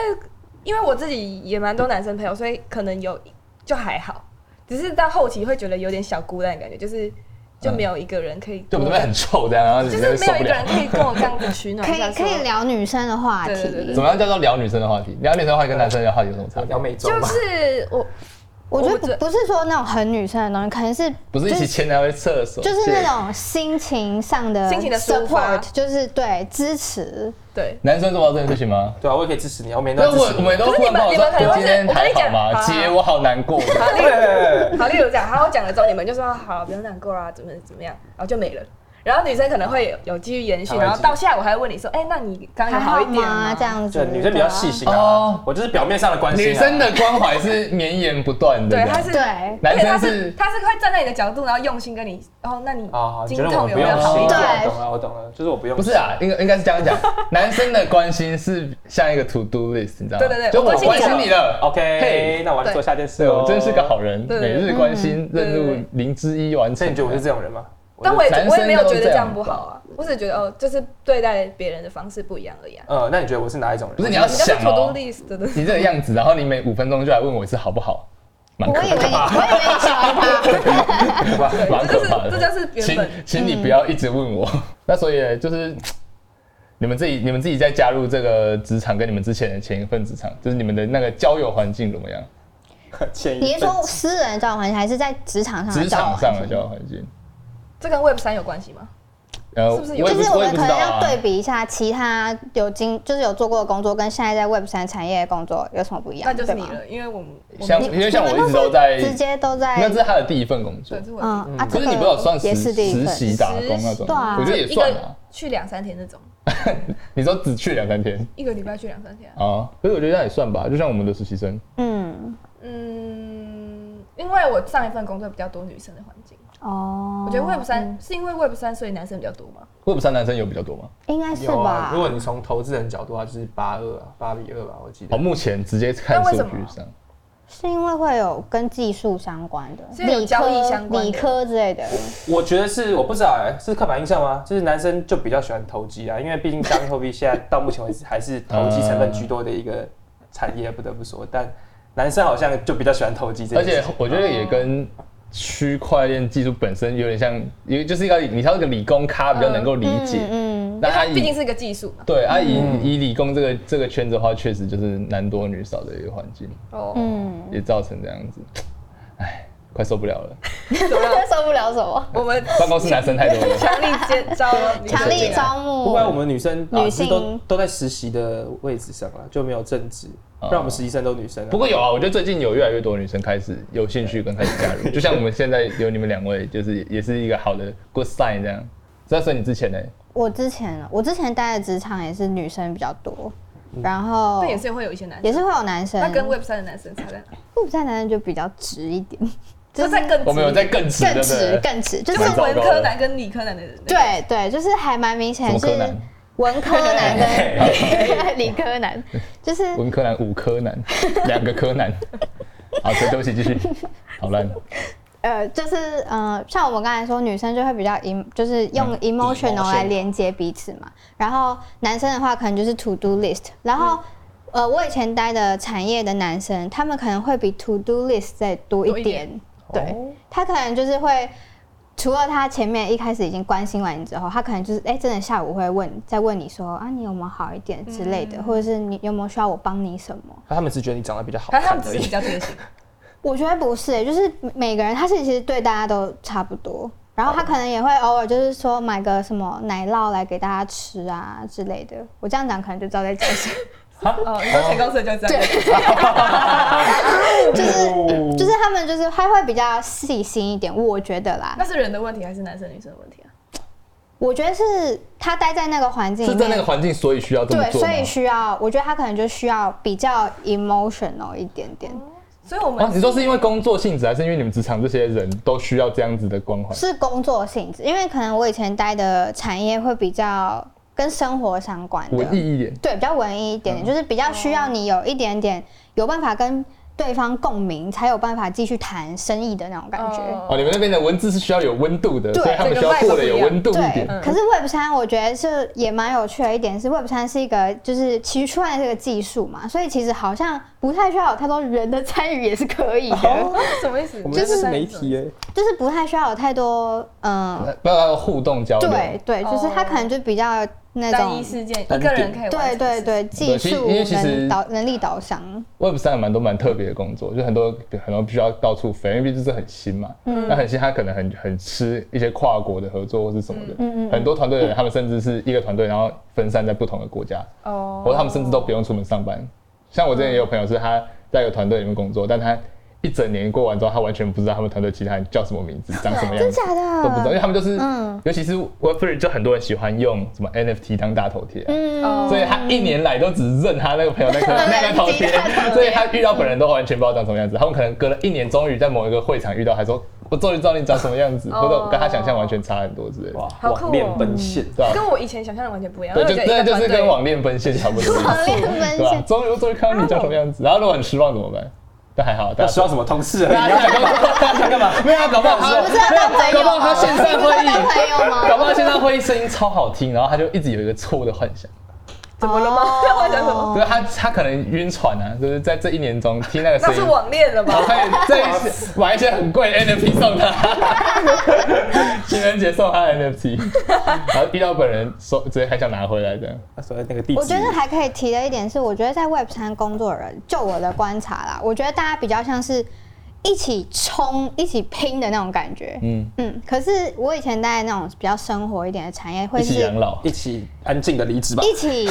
C: 因为我自己也蛮多男生朋友，所以可能有就还好，只是到后期会觉得有点小孤单的感觉，就是就没有一个人可以
A: 就
C: 跟
A: 我们这
C: 我
A: 边很臭这样，然后你
C: 就
A: 这边
C: 是没
A: 受
C: 有一
A: 不
C: 个
A: 了
C: 人。可以跟我这样子取
D: <laughs>
C: 暖
D: 可
C: 一下
D: 以
C: 说，
D: 可以聊女生的话
C: 对对对
D: 题
A: 怎，么样叫做聊女生的话题？聊女生的话题跟男生的话题有什么差别
B: 聊？美洲
C: 就
B: 嘛，
C: 是我
D: 我觉得
C: 我觉得
D: 不不是说那种很女生的东西，可能是
A: 不是一起牵他会厕所，
D: 就是
A: 借
D: 那种心情上的
C: 心情的抒发
D: support，就是对支持。
C: 对。
A: 男生做不到这件事情吗？
B: <laughs> 对啊，我也可以支持你啊，我每天
A: 那
B: 都
A: 我
B: 支
A: 我
B: 持你。
A: 们都
C: 可是
A: 忽
C: 你
A: 然
C: 们
A: 帮我说
C: 你们，可能
A: 我
C: 会
A: 今天
C: 我跟
A: 还
C: 你
A: 好
C: 讲好
A: 吗？
C: 啊
A: 姐，我好难过。
C: 好，
A: <laughs>
C: 例如
B: 对，
C: 好，例如这样，好，我讲了之后，你们就说好，不要难过啦，怎么怎么样，然后就没了。然后女生可能会有有继续延续，
B: 她会
C: 然后
B: 继续
C: 到下午还会问你说，哎，那你刚刚有
D: 还
C: 好
D: 好
C: 一点
D: 吗？这样
B: 对
D: 子，
B: 女生比较细心啊
A: 哦，
B: 我就是表面上的关心啊。
A: 女生的关怀是绵延不断的，
C: 对，
A: 这样
C: 她是
D: 对啊。
A: 男
C: 而且他
A: 生
C: 是
A: 是
C: 他是会站在你的角度，然后用心跟你，哦，那你
B: 啊，你觉
C: 经
B: 得我们
C: 痛
B: 不
C: 有没
B: 用
C: 有好
B: 心
C: 一
D: 对
C: 点？
B: 啊？我懂了，我懂了，就是我不用
A: 不
B: 心。
A: 是啊？应该应该是这样讲，男生的关心是像一个 to do list，你知道吗？
C: 对对对
A: 就
C: 我
A: 我
C: 关
A: 关
C: 心
A: 心
C: 你
A: 你了
B: 哦，OK，
A: 嘿
B: 那我要做下件事
A: 对
B: 哦。
A: 我真是个好。人，
C: 对
A: 每
C: 对对
A: 日关心
C: 对
A: 任
C: 对对
A: 务零之一完
B: 嗯所以
A: 成
B: 你。觉得我是这种人吗？
C: 但我也
B: 就
A: 男生
C: 我也没有
A: 都
C: 觉得
A: 这
C: 这
A: 样
C: 样不好啊，我只是觉得哦，就是对待别人的方式不一样而已啊。
B: 呃，那你觉得我是哪一种人？
A: 不是
B: <laughs>
A: 你要
C: 你就是
A: 想
C: to
A: 哦
C: do，list 的，
A: 你这个样子，然后你每五分钟就来问我一次好不好，蛮
D: 我
A: 可
D: 以为
A: 怕
C: <laughs>
D: 你，
A: 的，
D: 我以为你喜欢他，
B: 对吧？
A: <laughs> 蛮
C: 这就
A: 可
C: 是
A: 怕的。
C: 这就是原本
A: 请请你不要一直问我。那所以就是你们自己，你们自己在加入这个职场，跟你们之前的前一份职场，就是你们的那个交友环境怎么样？
B: 潜
D: 你
B: 移
D: 是
B: 份
D: 说私人的交友环境，还是在职场上的
A: 职
D: 交
A: 场
D: 友
A: 上
D: 环
A: 的
D: 境？
A: 交友环境，
C: 这跟 Web 三有关系吗？
A: 呃，
C: 是不是
A: 我
C: 有
A: 也
D: 就
A: 不
D: 是
A: 我
D: 我
A: 也
D: 们
A: 不
D: 可
A: 知道
D: 能要
A: 啊。
D: 对比一下其他有经就是有做过的工作，跟现在在 Web 三产业工作有什么不一样？
C: 那就是你
D: 对吗。
C: 了，因为我们我
A: 像
C: 们
A: 因为像我
D: 你们
A: 一直都在，
D: 直接都在，
A: 那这是他的第一份工作
C: 对，，这我
D: 嗯啊，
A: 可
D: 这
A: 是
D: 个
A: 你不是有算
D: 也
A: 实
D: 是第一
A: 实
D: 份，
A: 习打工那种
D: 对
A: 吗，
D: 啊
A: 我觉得也
C: 一
A: 算
C: 个
A: 啊。
C: 去两三天那种，
A: 你说只去两三天
C: 一个礼拜去两三天啊。
A: 啊？可是我觉得这样也算吧，就像我们的实习生，
D: 嗯，
C: 嗯，因为我上一份工作比较多女生的环境，
D: 哦，
C: 我觉得 Web 三是因为 Web 三所以男生比较多嘛。
A: 会不上男生有比较多吗？
D: 应该是
B: 有啊
D: 吧，
B: 如？果你从投资人角度的话，就是八二啊，八比二吧，我记
A: 哦，
B: 得。
A: 目前直接看
C: 那为
A: 数
C: 什
A: 据
C: 么
A: 上，
D: 是因为会有跟技术相关的，
C: 是有交易相关的
D: 理科之类的，
B: 我觉得是，我不知道哎、是刻板印象吗？就是男生就比较喜欢投机啊，因为毕竟加密货币现在到目前为止还是投机成分居多的一个产业，不得不说。但男生好像就比较喜欢投机这
A: 而
B: 件事
A: 且
B: 情。
C: 哦
A: 我觉得也跟区块链技术本身有点像，因为就是一个你挑一个理工咖比较能够理解。
D: 嗯，
A: 那他
C: 毕竟
A: 以
C: 是个嗯技术嘛。
A: 对他以以理工这个这个圈子的话，确实就是男多女少的一个环境，
C: 哦，
D: 嗯，
A: 也造成这样子，唉，快受不了了。
C: 怎么样
D: 受不了什
C: <laughs>
D: 么？
C: 我们
A: 办公室男生太多了。
C: 强力接招了，女生
D: <laughs> 强力
C: 进来
D: 招募，
B: 不管我们女生
D: 女
B: 啊是都
D: 性
B: 都在实习的位置上了，就没有正职，
A: 哦
B: 不然我们实习生都女生啊。
A: 不过有啊，我觉得最近有越来越多女生开始有兴趣跟开始加入，就像我们现在有你们两位，就是也是一个好的 good sign 这样。那所以你之前呢？
D: 我之前啊我之前待的职场也是女生比较多，然后
C: 但也是会有一些男生，
D: 也是会有男生，
C: 那跟 Web 三的男生差在哪？
D: 不在男生就比较直一
C: <laughs>
D: 点，
C: 就在更直
A: 我们有在更直，对
D: 更
A: 不
D: 直
A: 对？
D: 更直，就
C: 就是是文科男跟理科男的人，
D: 对对，就是还蛮明显
A: 什么
D: 的
A: 柯南
D: 是？文科男跟理科男，就是
A: 文柯南、武柯南，两个柯南。好，对对不起，继续。好烂，
D: 呃，就是呃，像我们刚才说，女生就会比较 em，就是用
A: 嗯
D: emotional 来
A: emotional
D: 连接彼此嘛。然后男生的话，可能就是 to do list。然后，呃，我以前待的产业的男生，他们可能会比 to do list 再多
C: 多一
D: 一
C: 点
D: 点。对，他可能就是会，除了他前面一开始已经关心完你之后，他可能就是哎、真的下午会问，再问你说啊，你有没有好一点之类的，或者是你有没有需要我帮你什么。
B: 他们只觉得你长得比较好
C: 还是他
B: 看
C: 们只
B: 而
C: 是比
B: 已。
C: 较贴心，
D: 我觉得不是、欸，就是每个人他是其实对大家都差不多，然后他可能也会偶尔就是说买个什么奶酪来给大家吃啊之类的。我这样讲可能就知道在讲什么， <laughs>
C: 哦，你说前公司就这样，
A: 哦
D: 就是就是他们就是他会比较细心一点，我觉得啦
C: 那，是人的问题还是男生女生的问题啊？
D: 我觉得是他待在那个环境里
A: 是在那个
D: 面，
A: 环境，所以需要这么
D: 对，
A: 做
D: 所
A: 吗？
D: 以需要，我觉得他可能就需要比较 emotional 一点点，
C: 所以我
A: 啊，
C: 们哦
A: 你说是因为工作性质，还是因为你们职场这些人都需要这样子的光环？
D: 是工作性质，因为可能我以前待的产业会比较跟生活相关的，
A: 文艺一点，
D: 对，比较文艺一
C: 嗯
D: 点点，就是比较需
C: 哦
D: 要你有一点点有办法跟对方共鸣，才有办法继续谈生意的那种感觉。
C: 哦
A: 哦，你们那边的文字是需要有温度的，
D: 对
A: 所以他们需要过得有温度一
D: 对
A: 点。，
C: 嗯
D: 可是 Web 三我觉得是也蛮有趣的一点是，Web 三是一个就是其实出来这个技术嘛，所以其实好像不太需要有太多人的 <laughs> 参与也是可以的，
B: 哦
C: 什么意
B: <laughs>
C: 思？
B: 我们
C: 就
B: 这
C: 是
B: 是媒体耶，
D: <laughs> 就是不太需要有太多嗯，
A: 呃不要要互动交流。
D: 对对，就是他可能就比较那
C: 单
D: 种
C: 一事件，一个人可以完成
D: 对对对技
A: 对其实
D: 术
A: 因为其实嗯
D: 能导能力导向，
A: Web 三有蛮多蛮特别的工作，就很多很多必须要到处飞，因为毕竟是很新嘛。
D: 嗯
A: 那很新，他可能很很吃一些跨国的合作或是什么的。
D: 嗯嗯嗯
A: 很多团队的人，他们甚至是一个团队，然后分散在不同的国家，
C: 哦
A: 或者他们甚至都不用出门上班。像我之前也有朋友是他在一个团队里面工作，但他一整年过完之后，他完全不知道他们团队其他人叫什么名字，长什么样
D: 真
A: 子。
D: 假的
A: 都不知道，因为他们就是，
D: 嗯
A: 尤其是 Web Three 就很多人喜欢用什么 NFT 当大头贴啊、
D: 嗯
C: 哦
D: <laughs>
A: 所以他一年来都只认他那个朋友那个那个头贴，所以他遇到本人都完全不知道长什么样子。他们可能隔了一年，终于在某一个会场遇到，还说：“我终于知道你长什么样子。”
C: 哦
A: 或者我跟他想象完全差很多之类的。
B: 哇，
C: 好酷哦
B: 网恋奔现。
A: 对吧？
C: 跟我以前想象的完全不一样。
A: 对，
C: 我
A: 就
C: 觉得一
A: 那
C: 个
A: 就是
C: 团队
A: 跟网恋奔现差不多的意
D: <laughs> 网
A: 思，
D: 恋奔
A: 对吧
D: 现？，
A: 终于我终于看到你长什么样子。然后如果很失望怎么办？但还好，大家
B: 要 <laughs> 需要什么同事而已
A: 大家
B: 啊？
A: 想干嘛？大家想干嘛？没有啊，搞不好他
D: 不是要当朋
A: 搞
D: 友
A: 不好他
D: 吗？
A: 线上
D: 不是
A: 会
D: 要当
A: 议，
D: <laughs> 朋友吗？
A: 搞不好线上会议声音超好听，然后他就一直有一个错误的幻想。
C: 怎么了吗？
D: 哦
C: <laughs> 我想什么？
A: 就是他他可能晕船啊，就是在这一年中听那个声
C: 那
A: 音，
C: 是网恋了
A: 然后
C: 吧？
A: 他也再买一些很贵的 NFT 送他，
D: <laughs>
A: 情人节送他的 NFT，然后遇到本人说直接还想拿回来这样，
B: 所以那个地址，
D: 我觉得还可以提的一点是，我觉得在 Web 三工作的人，就我的观察啦，我觉得大家比较像是一起冲、一起拼的那种感觉。
A: 嗯，
D: 嗯，可是我以前在那种比较生活一点的产业，会
A: 一
D: 是
A: 起养老。
B: 一起安静的离职吧。
D: 一
A: <laughs>
D: 起，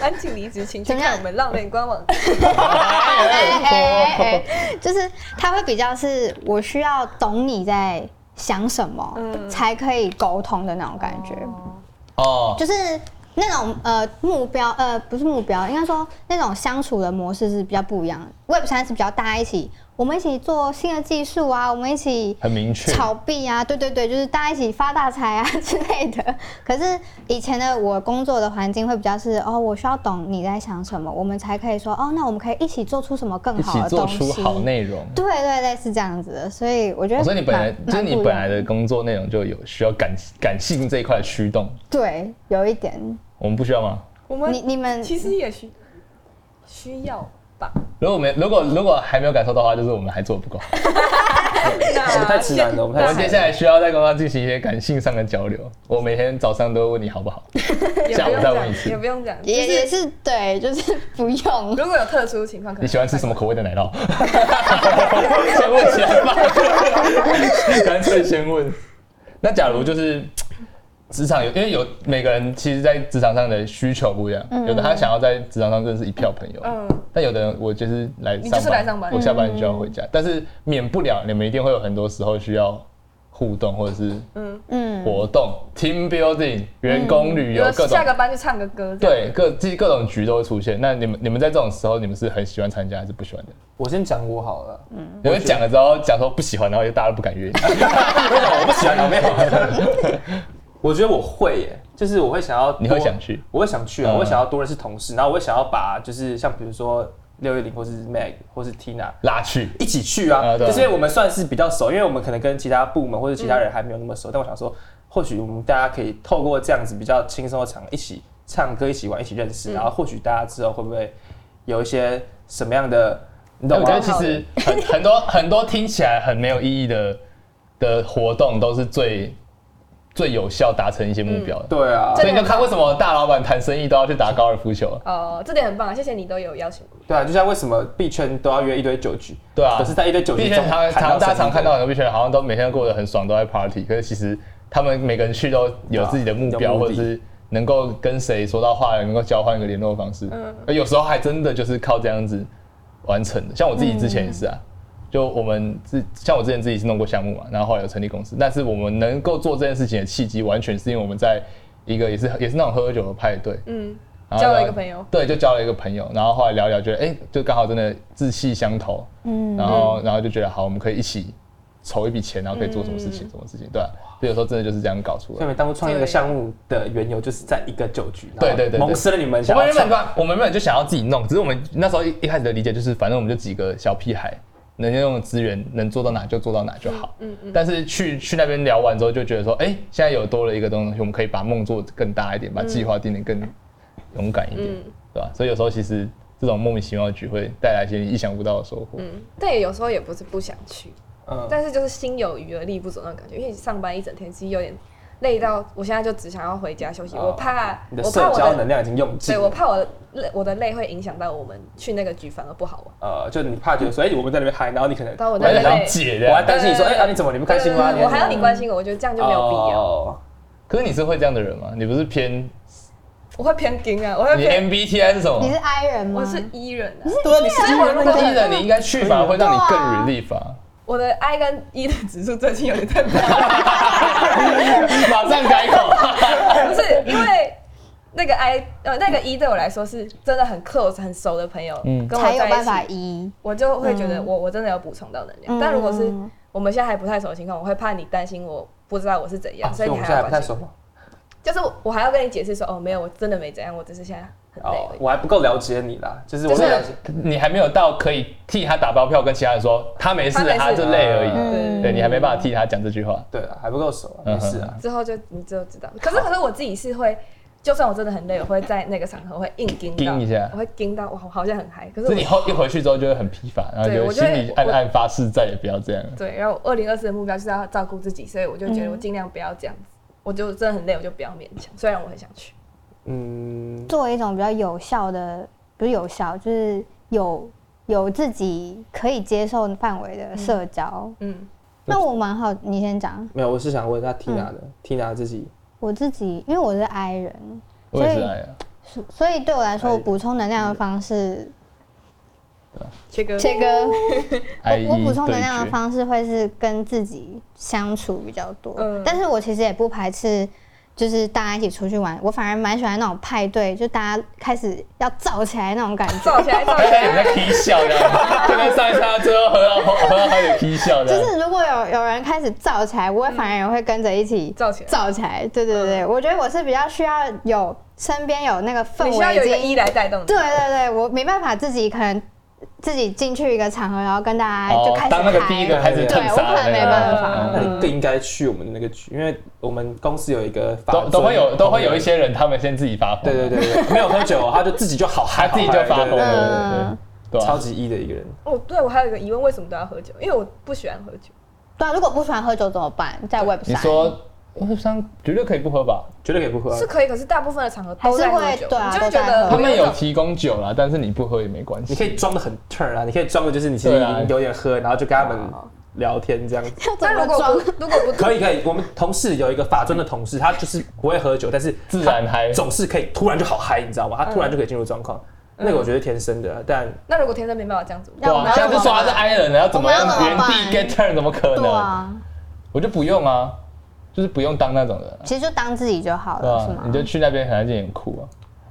C: 安静离职，请去
D: 怎么样
C: 看我们浪妹官网。
D: 哎哎哎哎哎就是他会比较是我需要懂你在想什么，
C: 嗯
D: 才可以沟通的那种感觉。
A: 哦，
D: 就是那种呃目标呃不是目标，应该说那种相处的模式是比较不一样的。Web 三是比较大家一起，我们一起做新的技术啊，我们一起
A: 很明确，
D: 炒币啊，对对对，就是大家一起发大财啊 <laughs> 之类的。可是以前的我工作的环境会比较是哦，我需要懂你在想什么，我们才可以说哦，那我们可以一起做出什么更
A: 一
D: 好
A: 起
D: 的
A: 做
D: 东西。
A: 出好内容。
D: 对对对，是这样子的，所以我觉得
A: 哦
D: 蛮、
A: 所以你本来
D: 蛮
A: 就是你
D: 不一
A: 本
D: 样
A: 来的工作内容就有需要感感性这一块的驱动，
D: 对有一点，
A: 我们不需要吗？
C: 我们
D: 你你们
C: 其实也需需要吧？
A: 如果没如果如果还没有感受到的话，就是我们还做的不够好。
B: 我们太直男了，我们
A: 我
B: 太
A: 们
B: 直
A: 接下
B: 男了。
A: 来需要在跟他进行一些感性上的交流。我每天早上都问你好不好，
C: <laughs> 也
A: 下
C: 不
A: 午
C: 用
A: 再问一
C: 讲，
A: 次
C: 也不用讲，就
D: 也也
C: 是
D: 是对，就是 <laughs> 不用。
C: 如果有特殊情况，可能
A: 你喜欢吃什么口味的奶酪？先问起来吧，干脆先问。那假如就是职场有，因为有每个人其实，在职场上的需求不一样，有的他想要在职场上认识一票朋友，
C: 嗯，
A: 但有的人我就是来上班，
C: 你就是来上班嗯
A: 我下班就要回家，但是免不了你们一定会有很多时候需要互动或者是
D: 嗯，
A: 活动、team building、员工旅游、
C: 有
A: 各种
C: 嗯下个班去唱个歌，这
A: 对
C: 样，
A: 各各各种局都会出现。那你们你们在这种时候，你们是很喜欢参加还是不喜欢的？
B: 我先讲我好了，
A: 你们讲了之后讲说不喜欢，然后就大家都不敢约你。
B: 哦我不喜欢有没有？我觉得我会耶，就是我会想要，
A: 你会想去，
B: 我会想去啊，
A: 嗯
B: 我会想要多认识同事，然后我会想要把就是像比如说六一零或是 Meg 或是 Tina
A: 拉去，
B: 一起去啊，
A: 啊对啊
B: 就是因为我们算是比较熟，因为我们可能跟其他部门或者其他人还没有那么
A: 嗯
B: 熟，但我想说，或许我们大家可以透过这样子比较轻松的场合一起唱歌、一起玩、一起认
A: 嗯
B: 识，然后或许大家之后会不会有一些什么样的，你
A: 但
B: 懂
A: 我
B: 吗
A: 觉得？其
B: <laughs>
A: 实很很多很多听起来很没有意义的的活动，都是最最有效达成一些目标的。
B: 对啊，
A: 所以你就看为什么大老板谈生意都要去打高尔夫球啊，
C: 哦，这点很棒，谢谢你都有邀请我。
B: 对啊，就像为什么币圈都要约一堆酒局，
A: 对啊
B: 可是在一堆酒
A: 币
B: 局
A: 圈
B: 中
A: 常
B: 谈
A: 常
B: 到
A: 大家常看到
B: 什么
A: 很多币圈人好像都每天过得很爽，都在 party，可是其实他们每个人去都有自己的目
B: 啊有
A: 标，
B: 目
A: 或
B: 的
A: 者是能够跟谁说到话，能够交换一个联络方式。
C: 嗯
A: 而有时候还真的就是靠这样子完成的。像我自己之前也是啊，
C: 嗯
A: 就我们自像我之前自己是弄过项目嘛，然后后来有成立公司，但是我们能够做这件事情的契机，完全是因为我们在一个也是也是那种喝酒的派对，
C: 嗯，
A: 然后
C: 交了
A: 聊
C: 一个朋友
A: 对，就交了一个朋友，然后后来聊一聊，觉得哎、就刚好真的志气相投，嗯，然后然后就觉得好，我们可以一起筹一笔钱，然后可以做什么事情，
C: 嗯
A: 什么事情，对、啊，所以有时候真的就是这样搞出
B: 所以
A: 来
B: 你。们当初创业的项目的缘由就是在一个酒局，
A: 对对对对
B: 然后萌生了你们
A: 我
B: 想
A: 们
B: 要
A: 原
B: 创
A: 本吧，我们原本就想要自己弄，只是我们那时候一一开始的理解就是，反正我们就几个小屁孩，能用的资源能做到哪就做到哪就好。
C: 嗯嗯
A: 但是去去那边聊完之后，就觉得说，哎、现在有多了一个东西，我们可以把梦做得更大一点，把计划定得更勇敢一点，
C: 嗯
A: 对吧？所以有时候其实这种莫名其妙的聚会带来一些意想不到的收获。
C: 嗯，但也有时候也不是不想去，
B: 嗯，
C: 但是就是心有余而力不足那种感觉，因为你上班一整天其实有点累到，我现在就只想要回家休息。
B: 哦
C: 我怕，
B: 你的
C: 我
B: 社
C: 怕
B: 交
C: 我
B: 能
C: 的，
B: 量已经用尽
C: 对
B: 了，
C: 我怕我的累，我的累会影响到我们去那个局，反而不好玩。
B: 呃，就你怕觉得说，哎、我们在那边嗨，然后你可能
C: 但我
A: 我还
C: 在
A: 在
C: 累
A: 想解
B: 我还
A: 的，
B: 担心你说，
C: 对
B: 哎、啊你怎么你不开心吗？
C: 对对对
B: 你
C: 嗯我还要你关心我，我觉得这样就没有必要。
B: 哦
A: 可是你是会这样的人吗？你不是偏
C: 我会偏硬啊，我会
A: 你
C: 偏，
A: MBTI 是什么
D: 你是 I 人吗？
C: 我是 E 人啊。
B: 对啊，你是
C: 我如果
A: ？E 人你应该去反而会让你更 relief 啊。
C: 我的 I 跟 E 的指数最近有点在跑，
A: 马上改口。
C: 不是
B: <laughs>
C: 因为那个 I 呃那个 E 对我来说是真的很 close 很熟的朋友，
A: 嗯
C: 跟我
D: 才有
C: 在一
D: 办
C: 起
D: 法一。
C: 我就会觉
B: 嗯
C: 得我、我真的有补充到能量。
D: 嗯
C: 但如果是我们现在还不太熟的情况，我会怕你担心我不知道我是怎样，
B: 啊所
C: 所
B: 以
C: 以
B: 我
C: 你
B: 们现
C: 还
B: 在
C: 要
B: 不
C: 关
B: 太
C: 心。
B: 熟嘛，
C: 就是我还要跟你解释说，哦，没有，我真的没怎样，我只是现在很累
B: 哦
C: 而，已。
B: 我还不够了解你啦，就是我
C: 就是
B: 不了解，
A: 你还没有到可以替他打包票，跟其他人说他没事
C: 他没，事
A: 他就累而已。
B: 嗯
A: 对
C: 对
A: 你还没办法替他讲这句话。
B: 对啊，还不够熟啊，没事啊，
C: 之后就你就知道。可是可是我自己是会，就算我真的很累，我会在那个场合我会硬盯到
A: 盯一下
C: 我会盯到我好好像很嗨。可是
A: 所以你
C: 我
A: 后一回去之后就会很疲乏，然后
C: 对
A: 就
C: 我就
A: 心
C: 会
A: 里暗暗发誓再也不要这样了。
C: 对，然后我二零二四的目标就是要照顾自己，所以我就
D: 嗯
C: 觉得我尽量不要这样子。我就真的很累，我就不要勉强。虽然我很想去，
B: 嗯，
D: 作为一种比较有效的，不是有效，就是有有自己可以接受范围的社交。
C: 嗯，
D: 那我蛮好，你先讲。
B: 没有，我是想问一下 Tina 的，Tina 自己
D: 我自己，因为我是 I 人，
A: 我也是
D: 所以
A: 哎呀，
D: 所所以对我来说，
B: I
D: 我补充能量的方式，
C: 切割
D: 切割。
A: 爱
D: 我我
A: 意
D: 补充
A: E
D: 能
A: 对
D: 量的
A: 决。
D: 方式会是跟自己相处比较多，
C: 嗯
D: 但是我其实也不排斥，就是大家一起出去玩，我反而蛮喜欢那种派对，就大家开始要燥起来那种
C: <laughs>
D: 感觉。
C: 照起来照起
A: 而
D: <laughs>
A: 且你
C: 来，
A: 在踢笑这样，就跟上一下最后喝到喝到还有踢笑
D: 就
A: 这样。
D: 是如果有有人开始燥起来，我也
C: 嗯
D: 反而也会跟着一起
C: 照起来
D: 燥起来。对对对
C: 嗯
D: 对，我觉得我是比较需要有身边有那个氛
C: 你需要有一个
D: 围已
C: 一
D: 经。
C: 来带动你。
D: 对对对，我没办法自己可能自己进去一个场合，然后跟大家就开始
A: 哦当那个
D: 嗨
A: 第一个开始
D: 对
A: 蹭
D: 我
A: 杀
D: 可
A: 的
D: 能没
A: 那
D: 办
A: 个
D: 法。
A: 嗯
B: 那你更应该去我们的那个局，因为我们公司有一个法
A: 都都会有都会有一。些人，他们先自己发疯，
B: 对对对对，没有喝酒，他就自己就好
A: <laughs>
B: 嗨，
A: 他自己就发疯
B: 对对对
A: 了，对对对对啊
B: 超级 E 的一个人。
C: 哦，对，我还有一个疑问，为什么都要喝酒？因为我不喜欢喝酒，
D: 对啊，如果不喜欢喝酒怎么办？在 Web
A: 你
D: 三，
A: 说我三绝对可以不喝吧？
B: 绝对可以不喝啊
C: 是。可以，可是大部分的场合
D: 还
C: 都
D: 是
C: 在喝
D: 会
C: 酒，
D: 对啊
C: 你就会
D: 都在
C: 觉得
D: 喝
A: 他们
C: 有一
A: 有
C: 种
A: 提供酒啦，但是你不喝也没关系。
B: 你可以装的很 turn 啊，你可以装的就是你其实
A: 对
B: 已
A: 啊
B: 经有点喝，然后就跟他们聊天这样子。
D: 要怎
C: 但
D: 么
C: 如
D: 装
C: 果？不如果不
B: 可以可以，我们同事有一个法专的同事，他就是不会喝酒，但是
A: 自然嗨
B: 他总是可以突然就好嗨，你知道吗？他突然就可以进入状况，那个我觉得天生的，
A: <laughs>
B: 但
C: 那如果天生没办法这样子，
D: 那我们
A: 哇，
D: <laughs> 要
A: 像是说他是 I 人，然后怎么样
D: 我们要
A: 原
D: 怎么办
A: 地 get turn 怎么可
D: 对
A: 能？
D: 啊，
A: 我就不用啊，就是不用当那种人啊，
D: 其实就当自己就好
A: 对
D: 了，是
A: 吧
D: 吗？？
A: 你就去那边很安静很酷啊。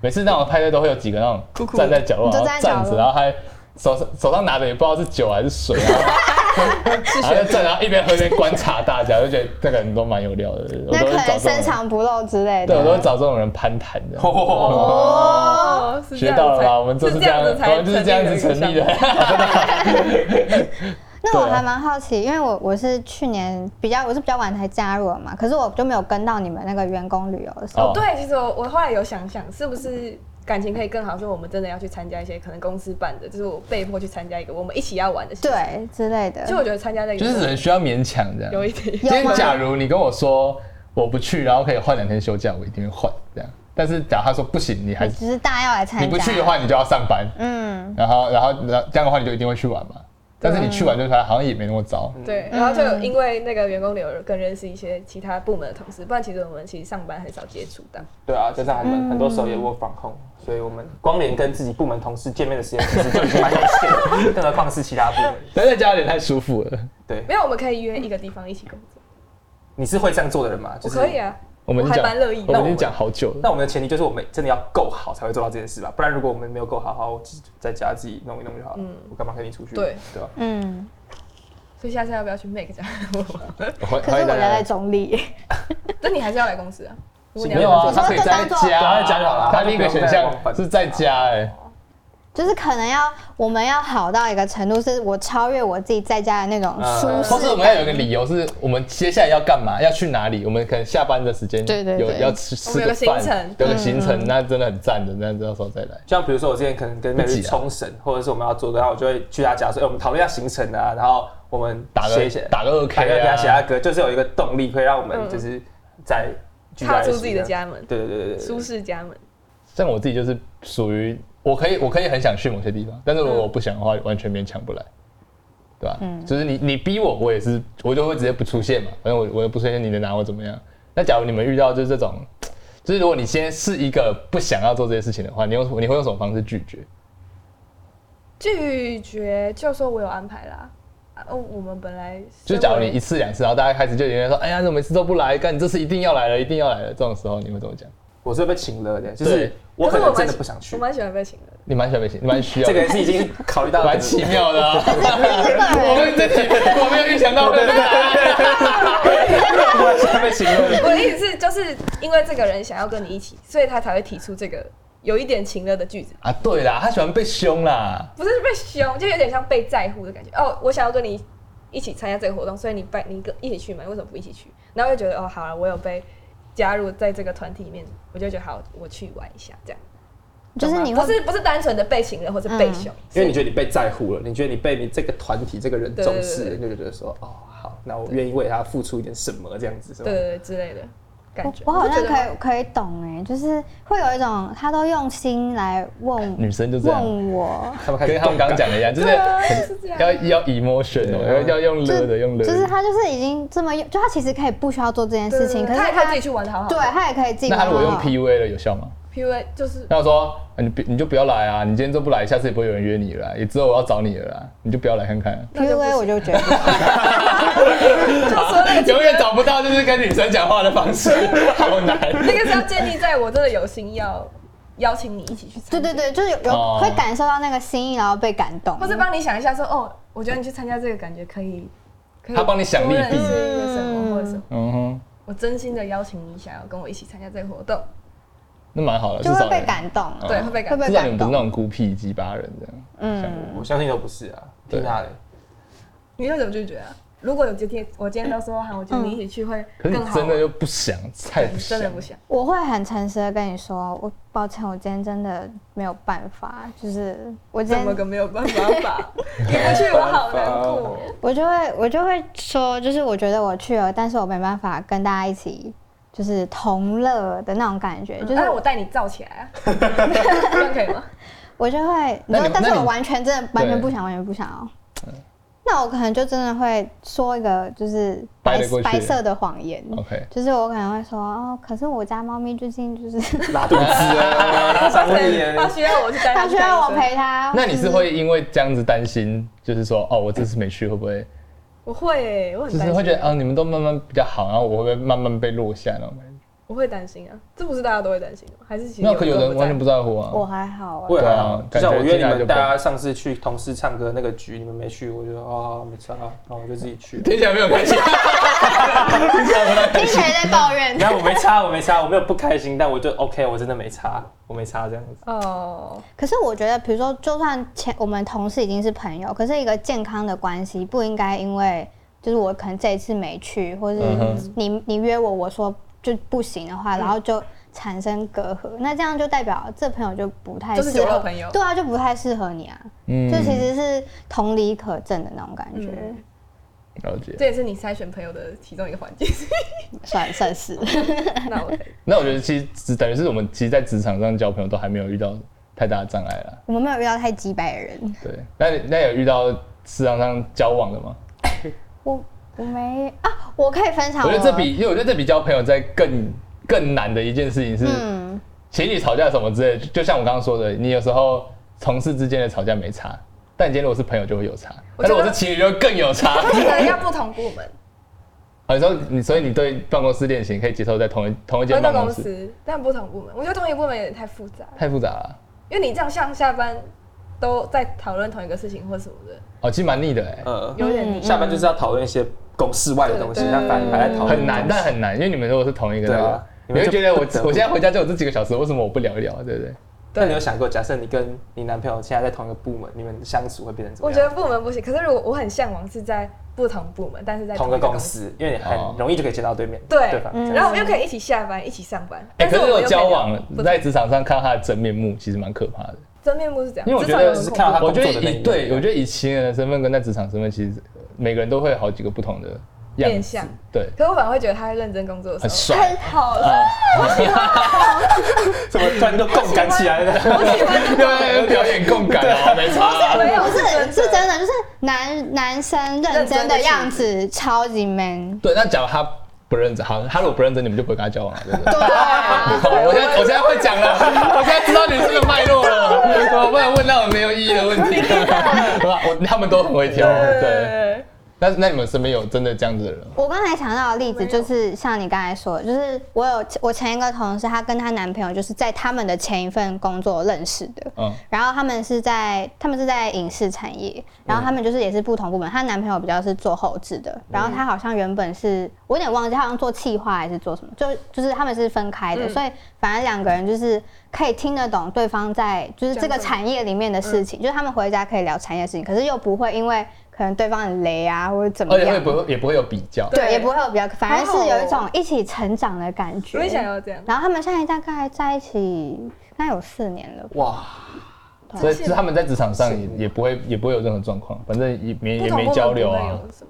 A: 每次那种派对都会有几个那种
C: 酷
A: 站在角落，
D: 你就
A: 然后
D: 站在
A: 站
D: 角
A: 着，
D: 落
A: 然后还手上手上拿着也不知道是酒还是水
D: <laughs>
A: 啊，
C: 是
A: 然后就站，然后一边喝一边观察大家，就觉得这个人都蛮有料的。我
D: 那
A: 都会
D: 可
A: 找
D: 能
A: 这
D: 深
A: 种人，
D: 藏不露之类
A: 对啊我都会
D: 的。
A: 找这种人攀谈的。
D: 哦，
C: 哦，是这
A: 学
C: 样
A: 到了
C: 才
A: 吧？我们就是这样，
C: 子才
A: 我们就是这样子成立的
C: 一个。
A: <laughs>
D: 那我
A: 对啊
D: 还蛮好奇，因为我我是去年比较我是比较晚才加入的嘛，可是我就没有跟到你们那个员工旅游的时候。
A: 哦
C: 项目。对，其实我我后来有想想，是不是感情可以更好？说我们真的要去参加一些可能公司办的，就是我被迫去参加一个我们一起要玩的。，
D: 对之类的，
C: 就我觉得参加那个
A: 就是只能需要勉强这样。
C: 有一点
A: 今
D: 有
A: 天
D: 吗
A: 假如你跟我说我不去，然后可以换两天休假，我一定会换这样。但是假如他说不行，你还
D: 你
A: 是
D: 只是大家要来参加，
A: 你不去的话，你就要上班，
D: 嗯，
A: 然后然后然后这样的话你就一定会去玩嘛。但是你去玩就出来，好像也没那么糟。
B: 嗯
C: 对，然后就有因为那个员工流更认识一些其他部门的同事，不然其实我们其实上班很少接触到。
B: 对啊，加上我们很多时候也 work from home，所以我们光连跟自己部门同事见面的时间其实就已经蛮有限的，更何况是其他部门。
A: 但在家有点太舒服了。
B: <laughs> 对
C: 没，有，我们可以约一个地方一起工作，
B: 你是会这样做的人吗？
C: 我
B: 就是
C: 可以。啊。
A: 我们已经
C: 我还
A: 讲
C: 蛮乐意
A: 我
C: 的
A: 们已经讲好久了。
B: 那我们的前提就是我们真的要够好才会做到这件事吧，不然如果我们没有够好的话，我自己在家自己弄一弄就好了。我干嘛跟你出去？
C: 对
B: 嗯对啊吧？
D: 嗯，
C: 所以下次 <laughs> 要不要去 make 这样？
A: 欢
D: 可是我
A: 大
D: 留
A: 家。
D: 在中立，
C: 但你还是要来公司啊。如果你要
A: 没有啊，
D: 你说
A: 他可以
D: 就
A: 在
D: 当做
A: 家啊，
B: 在家就好了
A: 他第一个选项
B: 他就不用再
A: 是在家，哎，
D: <laughs> 就是可能要我们要好到一个程度，是我超越我自己在家的那种
B: 嗯
D: 舒
A: 或是
D: 适
A: 我们要有一个理由，是我们接下来要干嘛，要去哪里？我们可能下班的时间
D: 对对
A: 有
D: 对
A: 要吃吃
C: 我们
A: 个
C: 有个
A: 饭
C: 行程，
A: 有个行程，那真的很赞的，那到时候再来。
B: 像比如说我之前可能跟妹
A: 不急
B: 去
A: 啊
B: 冲绳，或者是我们要做的，然后我就会去他家说，哎、我们讨论一下行程啊，然后我们
A: 打
B: 写一
A: 个
B: 写，
A: 打个二
B: 打
A: K
B: 个给他写
A: 啊
B: 下，歌，就是有一个动力，可以让我们
C: 嗯
B: 就是在聚在
C: 踏
B: 一起
C: 出自己的家门，
B: 这样。对对对对对
C: 舒适家门。
A: 像我自己就是属于我可以我可以很想去某些地方，但是如果我不想的话，完全勉强不来，对吧？就是你你逼我，我也是我就会直接不出现嘛，反正我我又不出现，你能拿我怎么样？那假如你们遇到就是这种，就是如果你今天是一个不想要做这些事情的话，你用你会用什么方式拒绝？
C: 拒绝就说我有安排啦。啊哦，我们本来
A: 就是假如你一次两次，然后大家开始就有人说：“哎呀，怎么每次都不来？干，你这次一定要来了，一定要来了。”这种时候你会怎么讲？
B: 我是被请了的，就
A: 对
B: 是我可
C: 是
B: 能
C: 蛮
B: 真的不想去
C: 我。蛮喜欢被请的。
A: 你蛮喜欢被请，你蛮需要
B: 这
A: 的，
B: 个是已经考虑到
A: 蛮奇妙的、啊。我
D: 的。
A: 们这题我没有预想到会这个答案。
B: 我现在被请了。
C: 我的意思是，就是因为这个人想要跟你一起，所以他才会提出这个有一点情了的句子，
A: <laughs> 啊，对啦，他喜欢被凶啦。
C: 不是被凶，就有点像被在乎的感觉。哦，我想要跟你一起参加这个活动，所以你拜你跟一起去嘛，为什么不一起去？然后就觉得哦，好了，我有被加入在这个团体里面，我就觉得好，我去玩一下这样。
D: 就是你
C: 不
D: 会嗯
C: 是不是单纯的被请了或者被凶，
B: 因为你觉得你被在乎了，你觉得你被你这个团体、这个人
C: 对
B: 重
C: 对
B: 视，
C: 对
B: 你就觉得说，哦，好，那我愿意为他付出一点什么，这样子是吧
C: 对？对对之类的感觉。
D: 我好像
C: 就觉
D: 可
C: 得
D: 以可以懂哎，就是会有一种他都用心来问
A: 女生就这样，
D: 问我，
B: 他们开始
A: 跟他们刚刚讲的一样，就是
D: 啊
C: 是这样
A: 要要 emotion 哦，要要用勒的，用勒
D: 就
A: 的。
D: 是他就是已经这么用，就他其实可以不需要做这件事情，可是
C: 他也可以自己去玩的好好的。
D: 对他也可以自己
A: 那
D: 玩
A: 他
D: 好
A: 如
D: 好。
A: 果用 PUA 了有效吗？
C: ，PUA 就是
A: 那我说啊你不你就不要来啊，你今天都不来，下次也不会有人约你了啦，啊也只有我要找你了啦，你就不要来看看啊。
C: 那就不
D: PUA，我就觉得
C: <laughs> 就说那个
A: 永远找不到就是跟女生讲话的方式， <laughs> 好难。
C: 那个是要建立在我真的有心要邀请你一起去参
D: 对
C: 加，
D: 对对，就是有
A: 哦
D: 有会感受到那个心意，然后被感动。
C: 或者帮你想一下说哦，我觉得你去参加这个感觉可以，可以
A: 他帮你想利弊
C: 多认识一个什么
D: 嗯
C: 或者什么，
A: 嗯哼，
C: 我真心的邀请你想要跟我一起参加这个活动，
A: 那蛮好的，
D: 就
A: 至
D: 会
A: 少
D: 被
A: 你
D: 感动，
C: 对，会被感
D: 会
C: 动。
D: 被
A: 至少你们
D: 感
A: 不是那种
D: 动。
A: 孤僻鸡巴人这样。
D: 嗯，
B: 我相信都不是啊，
A: 对
B: 听他的。
C: 你会怎么拒绝啊？如果有今天我今天都说好，我觉得你一起去会
A: 可是
C: 更
A: 你
C: 好玩。
A: 真的又不想，太
C: 对
A: 不想
C: 真，的不想。
D: 我会很诚实的跟你说，我抱歉，我今天真的没有办法，就是我今
C: 怎么
D: 天
C: 个没有办法
A: <laughs>
C: 法？你不去我好难过。
D: 我就会我就会说，就是我觉得我去了，但是我没办法跟大家一起就是同乐的那种感觉，哎
A: 嗯
D: 就
C: 但
A: 哎
D: 是
C: 是我带你照起来啊，
D: <laughs>
C: 这样可以吗？
D: 我就会，你
A: 那
D: 说
A: 你，
D: 但是
A: 那你
D: 我完全真的完全
A: 对嗯
D: 不想，完全不想哦。那我可能就真的会说一个就是白
A: 掰得过去哦
D: 白色的谎言，
A: OK，
D: 就是我可能会说哦，可是我家猫咪最近就
A: <laughs>
D: 是
B: 拉肚子啊，
C: 他
B: 肠胃炎，
C: 需要我去带
D: 它
C: 去
D: 需要我。陪它。嗯
A: 那你
D: 就是
A: 会因为这样子担心，就是说哦，我这次没去会不会，
C: 我会，我
A: 就
C: 很
A: 是
C: 担
A: 会觉
C: 心
A: 得，啊，你们都慢慢比较好，然后我会不会慢慢被落下那种感觉？
C: 我会担心啊，这不是大家都会担心的吗？还是其实
A: 没有，可有的人完全
C: 不
A: 不在乎啊。
D: 我还好啊，
B: 我也还好，
A: 对啊
B: 就像我
A: 感觉
B: 约
A: 进来
B: 你
A: 就
B: 们
A: 不
B: 大家上次去同事唱歌那个局，你们没去，我就哦没差，然 <laughs> 后我就自己去。
A: 听起来没有开心，听起来不太开
D: 听起
A: 心。
D: 来在抱怨。
B: 然后我没差，我没差，我没有不开心，但我就 OK，我真的没差，我没差这样子。
C: 哦，
D: 可是我觉得，比如说，就算前我们同事已经是朋友，可是一个健康的关系不应该因为就是我可能这一次没去，或是
A: 嗯哼
D: 你、你约我，我说就不行的话，然后就产生隔阂，那这样就代表这朋友就不太
C: 就是
D: 适
C: 酒肉
D: 合
C: 朋友
D: 对啊，就不太适合你啊，
C: <laughs>
A: 嗯
D: 就其实是同理可证的那种感觉，
C: 嗯
A: 了解。
C: 这也是你筛选朋友的其中一个环节。
D: 算
A: <laughs>
D: 算是
C: 那
D: <laughs>
C: 我可以
A: 那我觉得其实只等于是我们其实，在职场上交朋友都还没有遇到太大的障碍啦。
D: 我们没有遇到太鸡掰的人，
A: 对，那你那有遇到市场上交往的吗？
D: 我我没啊，我可以分享
A: 我
D: 我，
A: 觉得这比，因为我觉得这比交朋友在更更难的一件事情是，
D: 嗯
A: 情侣吵架什么之类的，就像我刚刚说的，你有时候同事之间的吵架没差，但你今天如果是朋友就会有差，
C: 我
A: 但
C: 觉得
A: 如果是情侣就更有
C: <laughs>
A: 差。
C: 我觉得要不同部
A: <laughs>
C: 门，
A: 好，你说你，所以你对办公室恋情可以接受在同一同一
C: 同
A: 间
C: 一个
A: 办
C: 公
A: 公室，
C: 司，但不同部门。我觉得同一个部门有点太复杂了，
A: 太复杂了。
C: 因为你这样上下班都在讨论同一个事情或什么的，嗯
A: 哦，其实蛮腻的哎、
B: 呃，
C: 有点腻。
B: 下班就是要讨论一些公事外的东西，
C: 嗯对对
B: 那反而还在讨论
A: 很难，但很难，因为你们如果是同一个那
B: 嗯对
A: 个
B: 啊，
A: 你会觉得我
B: 你们就不得不
A: 我现在回家就有这几个小时，为什么我不聊一聊，对不对？
B: 但你有想过，假设你跟你男朋友现在在同一个部门，你们相处会变成怎么
C: 我
B: 样？
C: 觉得部门不行，可是如果我很向往是在不同部门，但是在
B: 同
C: 个
B: 个公。司，因为你很
A: 哦
B: 容易就可以见到对面
C: 对
B: 对方。
D: 嗯
C: 然后我们又可以一起下班，一起上班。
A: 哎、可是
C: 我们
A: 有
C: 又
A: 交
C: 可以
A: 往
C: 不
A: 在职场上看到他的真面目，其实蛮可怕的。
C: 真面目是这样，
A: 因为我
C: 职
A: 觉
C: 场有
A: 得
C: 很
B: 是
C: 恐
B: 看到
C: 怖
B: 他
A: 我觉
B: 工
A: 得
B: 作的
A: 以
B: 内
A: 对
B: 容
A: 我觉得以情人的身份跟在职场身份，其实呃每个人都会有好几个不同的样子
C: 面相
A: 对，
C: 可我反而会觉得他认真工作的
A: 很
C: 时
A: 帅啊
C: 候，好，
D: 哎
B: 怎么突然就共感起来了？
C: 我喜欢这
A: 对啊，有表演共感哦，没错、
C: 种，没有
D: 哎不是是
C: <laughs> 真的
D: 真的，就是男男生认
C: 认
D: 真
C: 真
D: 的
C: 的
D: 样
C: 样
D: 子超级 man。
A: 对，那假如他不认真，好，他如果不认真，你们就不会跟他交往了，对不对？
D: 对
C: <laughs>
D: 啊，
A: 好 <laughs> 我现在我现在会讲了，我现在知道你这个脉络了，我不然问到没有意义的问题。 <laughs> 好吧我他们都很会挑，对。
C: 对，
A: 那那你们身边有真的这样子的人吗？
D: 我刚才想到的例子就是像你刚才说的，就是我有我前一个同事，她跟她男朋友就是在他们的前一份工作认识的，
A: 嗯，
D: 然后他们是在他们是在影视产业，然后他们就是也是不同部门，她男朋友比较是做后置的，然后她好像原本是我有点忘记，她好像做企划还是做什么，就就是他们是分开的，
C: 嗯
D: 所以反而两个人就是可以听得懂对方在就是这个
C: 讲什么
D: 产业里面的事情，就是他们回家可以聊产业的事情，可是又不会因为可能对方很雷啊或者怎么
A: 而且
D: 样
A: 会，不会哦也不会有比较，
D: 对，
C: 对
D: 也不会有比较，反而
C: 好好
D: 是有一
C: 哦
D: 种一起成长的感觉。
C: 我也想要这样。
D: 然后他们现在大概在一起，应该有四年了吧。
B: <laughs> 哇，
A: 所以就是他们在职场上也
B: 是
A: 也不会也不会有任何状况，反正也没
C: 不
A: 也
C: 同部门
A: 没
C: 不
A: 交
C: 会
A: 流啊，
C: 有什么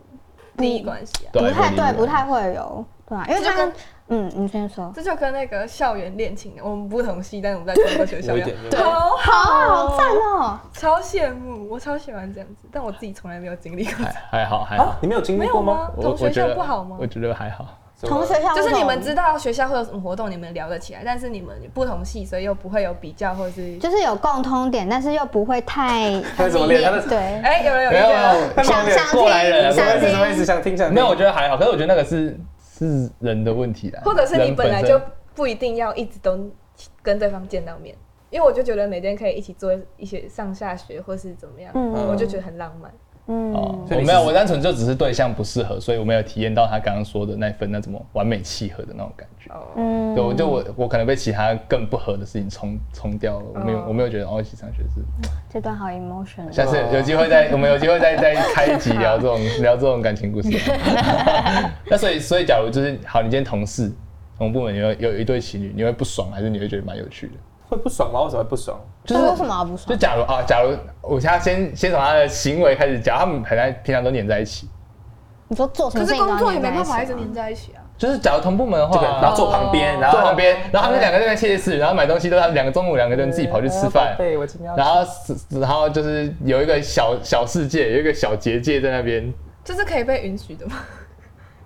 C: 利益关系啊，
A: 对
D: 不太
A: 没
D: 对，
A: 理由
D: 不太会有，对啊，因为
C: 这
D: 他
C: 就跟
D: 们，嗯，你先说，
C: 这就跟那个校园恋情，我们不同系，但是我们在同一个学校一
B: 有一点有
C: 样，
B: 一点
C: 好
D: 好好赞哦，
C: 超羡慕，我超喜欢这样子，但我自己从来没有经历过。
A: <laughs> 还还好还
B: 啊
A: 好，。
B: 你没有经
C: 没
B: 历
C: 有
B: 过吗
C: 吗？？
A: 我
C: 同
A: 我
C: 学
A: 觉
C: 校
A: 得
C: 不好吗
A: 我？觉得还好，
D: 同学校
C: 就是你们
D: 知
C: 知，道学校会有什么活动，你们聊得起来，但是你们不同系，所以又不会有比较，或是
D: 就是有共通点，但是又不会
A: <laughs>
D: 太
B: 他怎么练他的
D: 对，
C: 哎，有人有意
A: 没有啊没
C: 见了
A: 有，
B: 他怎么练
D: 想想
B: 过来人，
D: 听
B: 什么意思？什么意
D: 想
B: 思？想听想听？
A: 没有，我觉得还好。可是我觉得那个是是人的问题啦，
C: 或者是你
A: 人
C: 本来
A: 身
C: 就不一定要一直都跟对方见到面，因为我就觉得每天可以一起做一些上下学或是怎么样，
D: 嗯
C: 我就觉得很浪漫。
D: 嗯，
A: 哦，
B: 所以
A: 我
B: 你
A: 没有，
B: 是
A: 我单纯就只是对象不适合，所以我没有体验到他刚刚说的那份那怎么完美契合的那种感觉。
C: 哦，
D: 嗯
A: 对，我就我我可能被其他更不合的事情冲冲掉了，我没有、
C: 哦
A: 我没有觉得哦，一起上学是。
D: 这段好哦 emotional，
A: 下次有机会再我们有机会再再开一集聊这
D: <laughs>
A: 种聊这种感情故事。那所以所以假如就是好，你今天同事同部门有有一对情侣，你会不爽还是你会觉得蛮有趣的？
B: 会不爽吗？为什么会不爽？
A: 就是
D: 那为什么要不
A: 就
D: 爽？
A: 假如啊，假如我他先先从他的行为开始讲，他们本来平常都黏在一起，
D: 你说做什
C: 可
D: 么事
C: 是
D: 情都
C: 工
D: 要
C: 作也没办
D: 黏
C: 法
D: 在
C: 一
D: 一起
C: 直
D: 吗
C: 黏在一起啊。
A: 就是假如同部门的
B: 这
A: 话，
B: 个，哦然后坐旁边，然后
A: 坐旁边，然后他们两个在那窃窃私语，然后买东西都是他们两个中午两个人自己跑去吃饭，
B: 对，我今天要
A: 然后然后就是有一个小小世界，有一个小结界在那边。
C: 这是可以被允许的吗？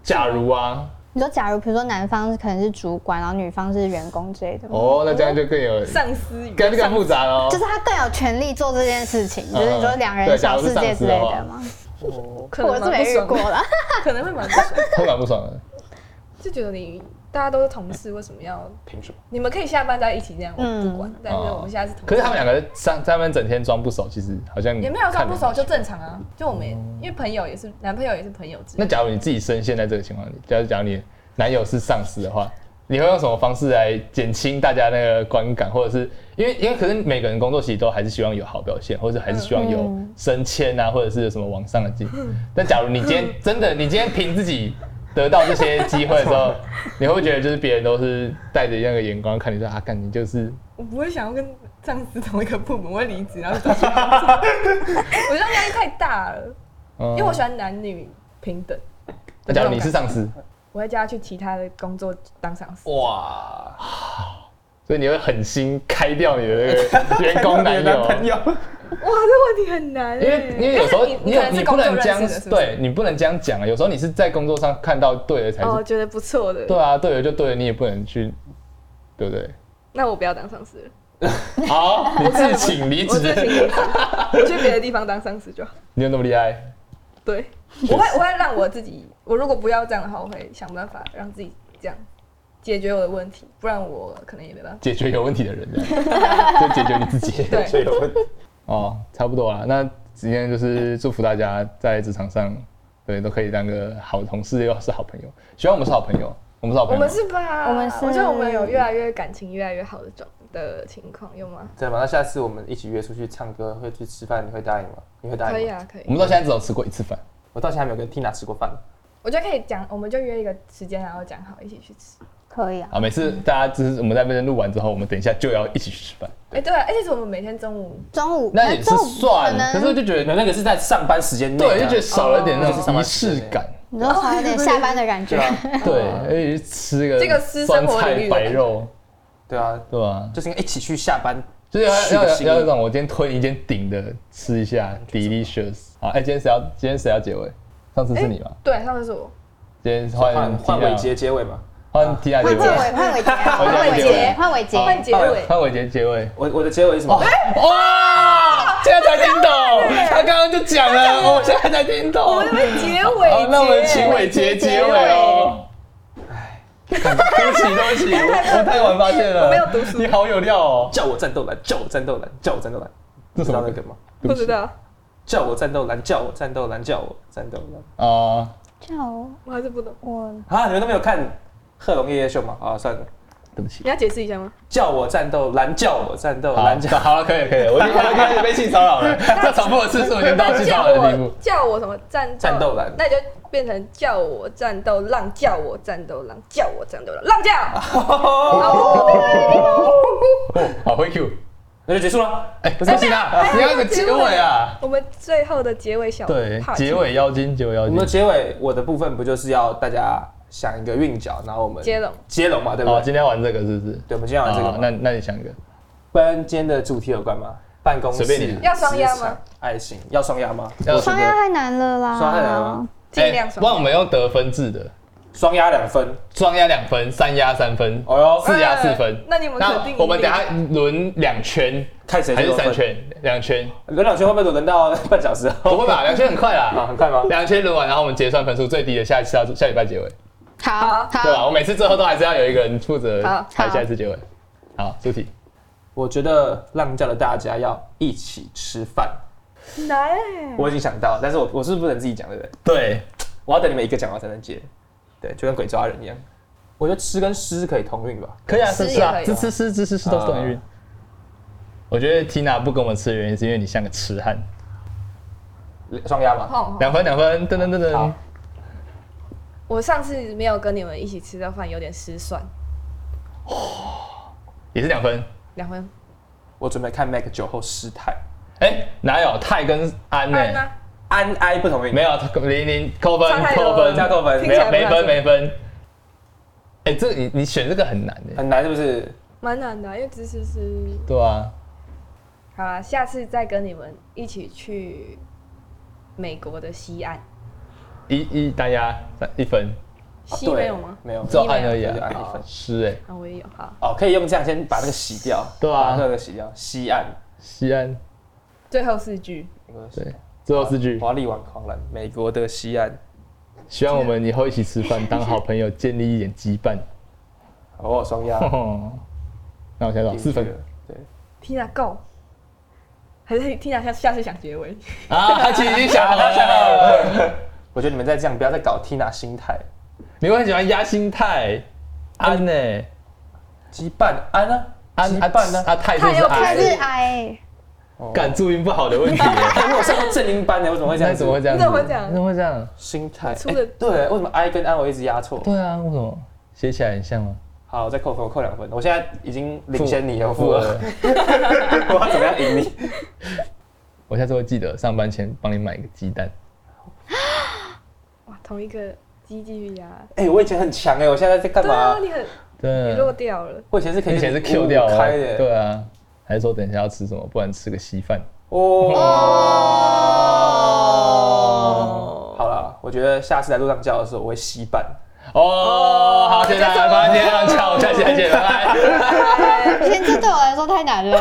A: 假如啊，
D: 你说，假如比如说男方可能是主管，然后女方是员工之类的吗，
A: 哦，那这样就更有，
C: 上司与
A: 更更复杂了哦
D: 就。是他更有权利做这件事情，就是你说两人
A: 嗯对假
D: 小
A: 如是
D: 世界
A: 上司
D: 之
A: 的
D: 类
A: 话
D: 的吗？
A: <laughs>
C: 可
D: 我
C: 能
D: 是没遇
C: 蛮不
D: 过
C: 爽的，
D: 啦。 <laughs>
C: 可能会蛮不爽的，
A: 会蛮不爽的。
C: 就觉得你大家都是同事，为什么要
B: 凭什么？
C: 你们可以下班在一起这样，我
D: 嗯
C: 不管，但是我们现在是同事。
A: 哦可是他们两个上他们整天装不熟，其实好像
C: 也没有装不熟，
A: 看得哦
C: 就正常啊。就我们也因为朋友也是，男朋友也是朋友之类
A: 那假如你自己深陷在这个情况里，假如假如你男友是上司的话，你会用什么方式来减轻大家那个观感，或者是因为因为可是每个人工作其实都还是希望有好表现，或者还是希望有
D: 嗯
A: 升迁啊，或者是有什么往上的进。
C: 嗯
A: 但假如你今天真的你今天凭自己得到这些机会的时候， <laughs> 你会不会觉得就是别人都是带着那个眼光看你说啊，干你就是
C: 我不会想要跟上司同一个部门，我会离职，然
A: <laughs>
C: 后找新工作。我觉得压力太大了，
A: 嗯
C: 因为我喜欢男女平等。
A: 那假如你是上司，
C: 我会叫他去其他的工作当上司，
B: 哇，
A: 所以你会狠心开掉你的那
C: <laughs>
A: 个员
B: <laughs>
A: 工男友。 <laughs>
B: 朋友，
C: 哇，这问题很难欸。
A: 因为因为有时候
C: 但是
A: 你
C: 你
A: 有
C: 可能
A: 你
C: 是
A: 不
C: 工作
A: 能
C: 认
A: 这样
C: 识的，是，不是
A: 对你不能这样讲啊。有时候你是在工作上看到对的才
C: 哦，
A: 是，
C: 觉得不错的
A: 对，啊，对的就对了，你也不能去，对不对？
C: 那我不要当上司了，
A: 好，你自请离
C: 我自己
A: 职，
C: 离职，我去别的地方当上司就好。
A: 你有那么厉害？
C: 对，我会我会让我自己，我如果不要这样的话，我会想办法让自己这样解决我的问题，不然我可能也没办法。
A: 解决有问题的人，这
C: <laughs>
A: 样就解决你自己。
C: 对
B: 所以我
A: 哦，差不多啦。那今天就是祝福大家在职场上，对，都可以当个好同事，又是好朋友。希望我们是好朋友，我们是好
C: 我
A: 朋友
C: 们。是吧？
D: 我们是
C: 我觉得我们有越来越感情越来越好的状的情况，有吗？
B: 对嘛？那下次我们一起约出去唱歌，会去吃饭，你会答应吗？你会答应吗？
C: 可以啊，可以
A: 我。们到现在只有吃过一次饭，
B: 我到现在还没有跟 Tina 吃过饭。
C: 我觉得可以讲，我们就约一个时间，然后讲好一起去吃。
D: 可以啊，
A: 啊，每次大家就是我们在那边录完之后，我们等一下就要一起去吃饭，
C: 哎、对啊，哎、其实我们每天中午
D: 中午
A: 那也是
D: 中午
A: 算
D: 可，能
A: 可是我就觉得
B: 你。们那个是在上班时间内啊，
A: 对，就觉得少了点那种仪式感。
D: 你说少有点下班的感觉
A: <laughs>
B: 对，啊，
A: 对，而且吃个
C: 这个私生活领域
A: 酸菜白肉，
B: 对啊，
A: 对吧？
B: 就是一起去下班。
A: 就是要
B: 是
A: 要
B: 个
A: 要
B: 心意
A: 要那种我今天吞一间顶的吃一下，delicious。好，哎，今天谁要今天谁要结尾？上次是你吗？
C: 哎对，上次是我，
A: 今天换
B: <laughs> 哎换换尾
A: Tina
B: 结，结尾嘛。
A: 换 Tina 结尾，
D: 换换伟
A: <laughs>
D: 换
A: 换
D: 伟
A: 伟
D: 杰
A: 杰，
D: 换伟
C: 换
D: 杰，
C: 结尾。
A: 换伟杰结尾。
B: 我我的结尾是什么？
A: 哇！现在才听懂，他刚刚就讲了，我现在才听懂。
C: 我们这边结尾
A: 好，哦那我们
C: 结
A: 请伟杰结尾哦。哎，对不起，对不起，我我太晚发现了，
C: 我没有读书
A: 你好有料哦。
B: 叫我战斗蓝，叫我战斗蓝，叫我战斗蓝。
A: 这什
B: 知
A: 么
B: 道
A: 歌
B: 那个吗？
C: 不知道，
B: 叫我战斗蓝，叫我战斗蓝，叫我战斗蓝。
A: 啊，
D: 叫我
C: 我还是不懂。
D: 我
B: 啊，你们都没有看《贺龙夜夜秀》吗？啊，算了，
A: 对不起。
C: 你要解释一下吗？
B: 叫我战斗蓝，叫我战斗
A: 好
B: 蓝，，叫
A: 好了，可以了可以了，我已经我已经开始被性骚扰了，这重复的次数已经到性
C: 叫
A: 骚扰的地步
C: 我。叫我什么战
B: 战斗狼
C: 那你就变成叫我战斗浪，叫我战斗浪，叫我战斗浪，浪叫。
A: 哦，好，回 Q。
B: 那就结束了。
A: 哎，不是不行啊，你要有个结尾啊。
C: 我们最后的结尾小
A: 对，
C: part
A: 结尾妖精，结尾妖
B: 我们的
A: 精。
B: 结尾，我的部分不就是要大家想一个韵脚，然后我们
C: 接龙
B: 接龙嘛，对不
A: 哦，
B: 对？
A: 今天玩这个是不是？
B: 对，我们今天玩这个
A: 好
B: 嘛。
A: 那那你想一个，
B: 跟今天的主题有关吗？办公室
A: 随便你
C: 要双压吗
B: 职场爱情要双压吗？
A: 要
D: 双压太难了啦，
B: 双压太难了
C: 尽量
A: 哎
C: 爽
A: 不然我们用得分制的，
B: 双压两分。
A: 双压两分，三压三分，
B: 哦哟，
A: 四压四分
C: 哎。那你们肯定
A: 我们
C: 赢
A: 等一下轮两圈
B: 看谁
A: 还是
B: 最多
A: 三
B: 分。
A: 圈？两圈，
B: 轮两圈会不会轮到半小时 <laughs>
A: 不
B: 后？
A: 会吧？两圈很快
B: 啊，
A: 啦。
B: 很快吗？
A: 两圈轮完，然后我们结算分数，最低的下一次要下礼拜结尾，对
D: 好
A: 啊吧？
D: 好，
A: 我每次最后都还是要有一个人负责
C: 好
A: 排下一次结尾。好，出题。
B: 我觉得浪叫的大家要一起吃饭。
C: 很难哎、
B: 我已经想到，但是我我是不能自己讲，对不对？
A: 对，
B: 我要等你们一个讲完才能接。对，就跟鬼抓人一样。我觉得吃跟诗可以同韵吧。
A: 可以啊，
C: 吃
A: 是
C: 也
A: 是啊
C: 可，以
A: 这吃吃吃吃吃都是同运
B: 啊。
A: 我觉得 Tina 不跟我吃的原因是因为你像个痴汉。
B: 双鸭嘛，
C: 碰
A: 两分两分，噔噔噔噔
B: 好。
C: 哦我上次没有跟你们一起吃到饭，有点失算。
A: 也是两分。
C: 两分
B: 我准备看 Mac 酒后失态。
A: 哎、哪有泰跟安呢、
C: 安啊吗？
B: 安哀不同韵，
A: 没有啊零零扣嗯分
C: 差太多
A: 扣
C: 了
A: 分
B: 加扣分
C: 听
A: 没
C: 起
A: 有
C: 来
A: 没
C: 不太
A: 分没分。哎、这你你选这个很难的、
B: 很难是不是？
C: 蛮难的啊、因为只是是
A: 对啊，
C: 好啦，下次再跟你们一起去美国的西岸，
A: 一一单压三一分，
C: 西没有吗？
B: 啊没有。
A: 只有按而已
B: 没有
A: 啊
B: 对就按一，分
A: 是哎、
C: 啊，我也有。好，
B: 哦，可以用这样先把那个洗掉，
A: 对啊
B: 把那个洗掉。西岸，
A: 西安
C: 最后四句，
B: 美国的西
A: 对，最后四句，
B: 华丽玩狂澜，美国的西岸。
A: 希望我们以后一起吃饭，当好朋友，建立一点羁绊。 <laughs>
B: 哦，双鸭
A: 那我想想， <laughs> 四分
B: 进去了对，
C: Tina go，还是 Tina 下下次想结尾？
A: 啊，他其实已经想好
B: <laughs>
A: 了，
B: 我觉得你们再这样，不要再搞 Tina 心态，
A: 你会很喜欢压心态，安呢、
B: 羁绊安啊，
A: 安
B: 羁绊呢？
A: 啊泰是不是
C: 泰又不
A: 安
D: 他
C: 哎？
D: 是 I，
A: 感注音不好的问题耶，欸
B: 哎我有上过正音班的，我怎么 <laughs> 会这
A: 那
B: 样？
A: 怎么会这样？
C: 你怎么会这样
A: 你怎么会这样？
B: 心态？
C: 出的
B: 哎对，为什么 I 跟安我一直压错？
A: 对啊，为什么写起来很像吗？
B: 好，我再扣分，我扣两分。我现在已经领先你了，我
A: 负
B: 负二， <laughs> 我要怎么样赢你？
A: 我下次会记得上班前帮你买一个鸡蛋。
C: 哇，同一个鸡继续压，
B: 哎，我以前很强哎，我现在在干
C: 对啊，
B: 嘛？
C: 你很你
A: 对，
C: 落掉了。
B: 我以前是可以
A: 以前是
B: 跟你五
A: Q
B: 五
A: 掉啊
B: 开的，
A: 对啊。还是说等一下要吃什么，不然吃个稀饭。
B: 哦，好了，我觉得下次来路上叫的时候，我会吸板。
A: 哦，好，谢谢大家，拜拜，今天这样，我下期再见，拜拜。
D: 天这对我来说太难了。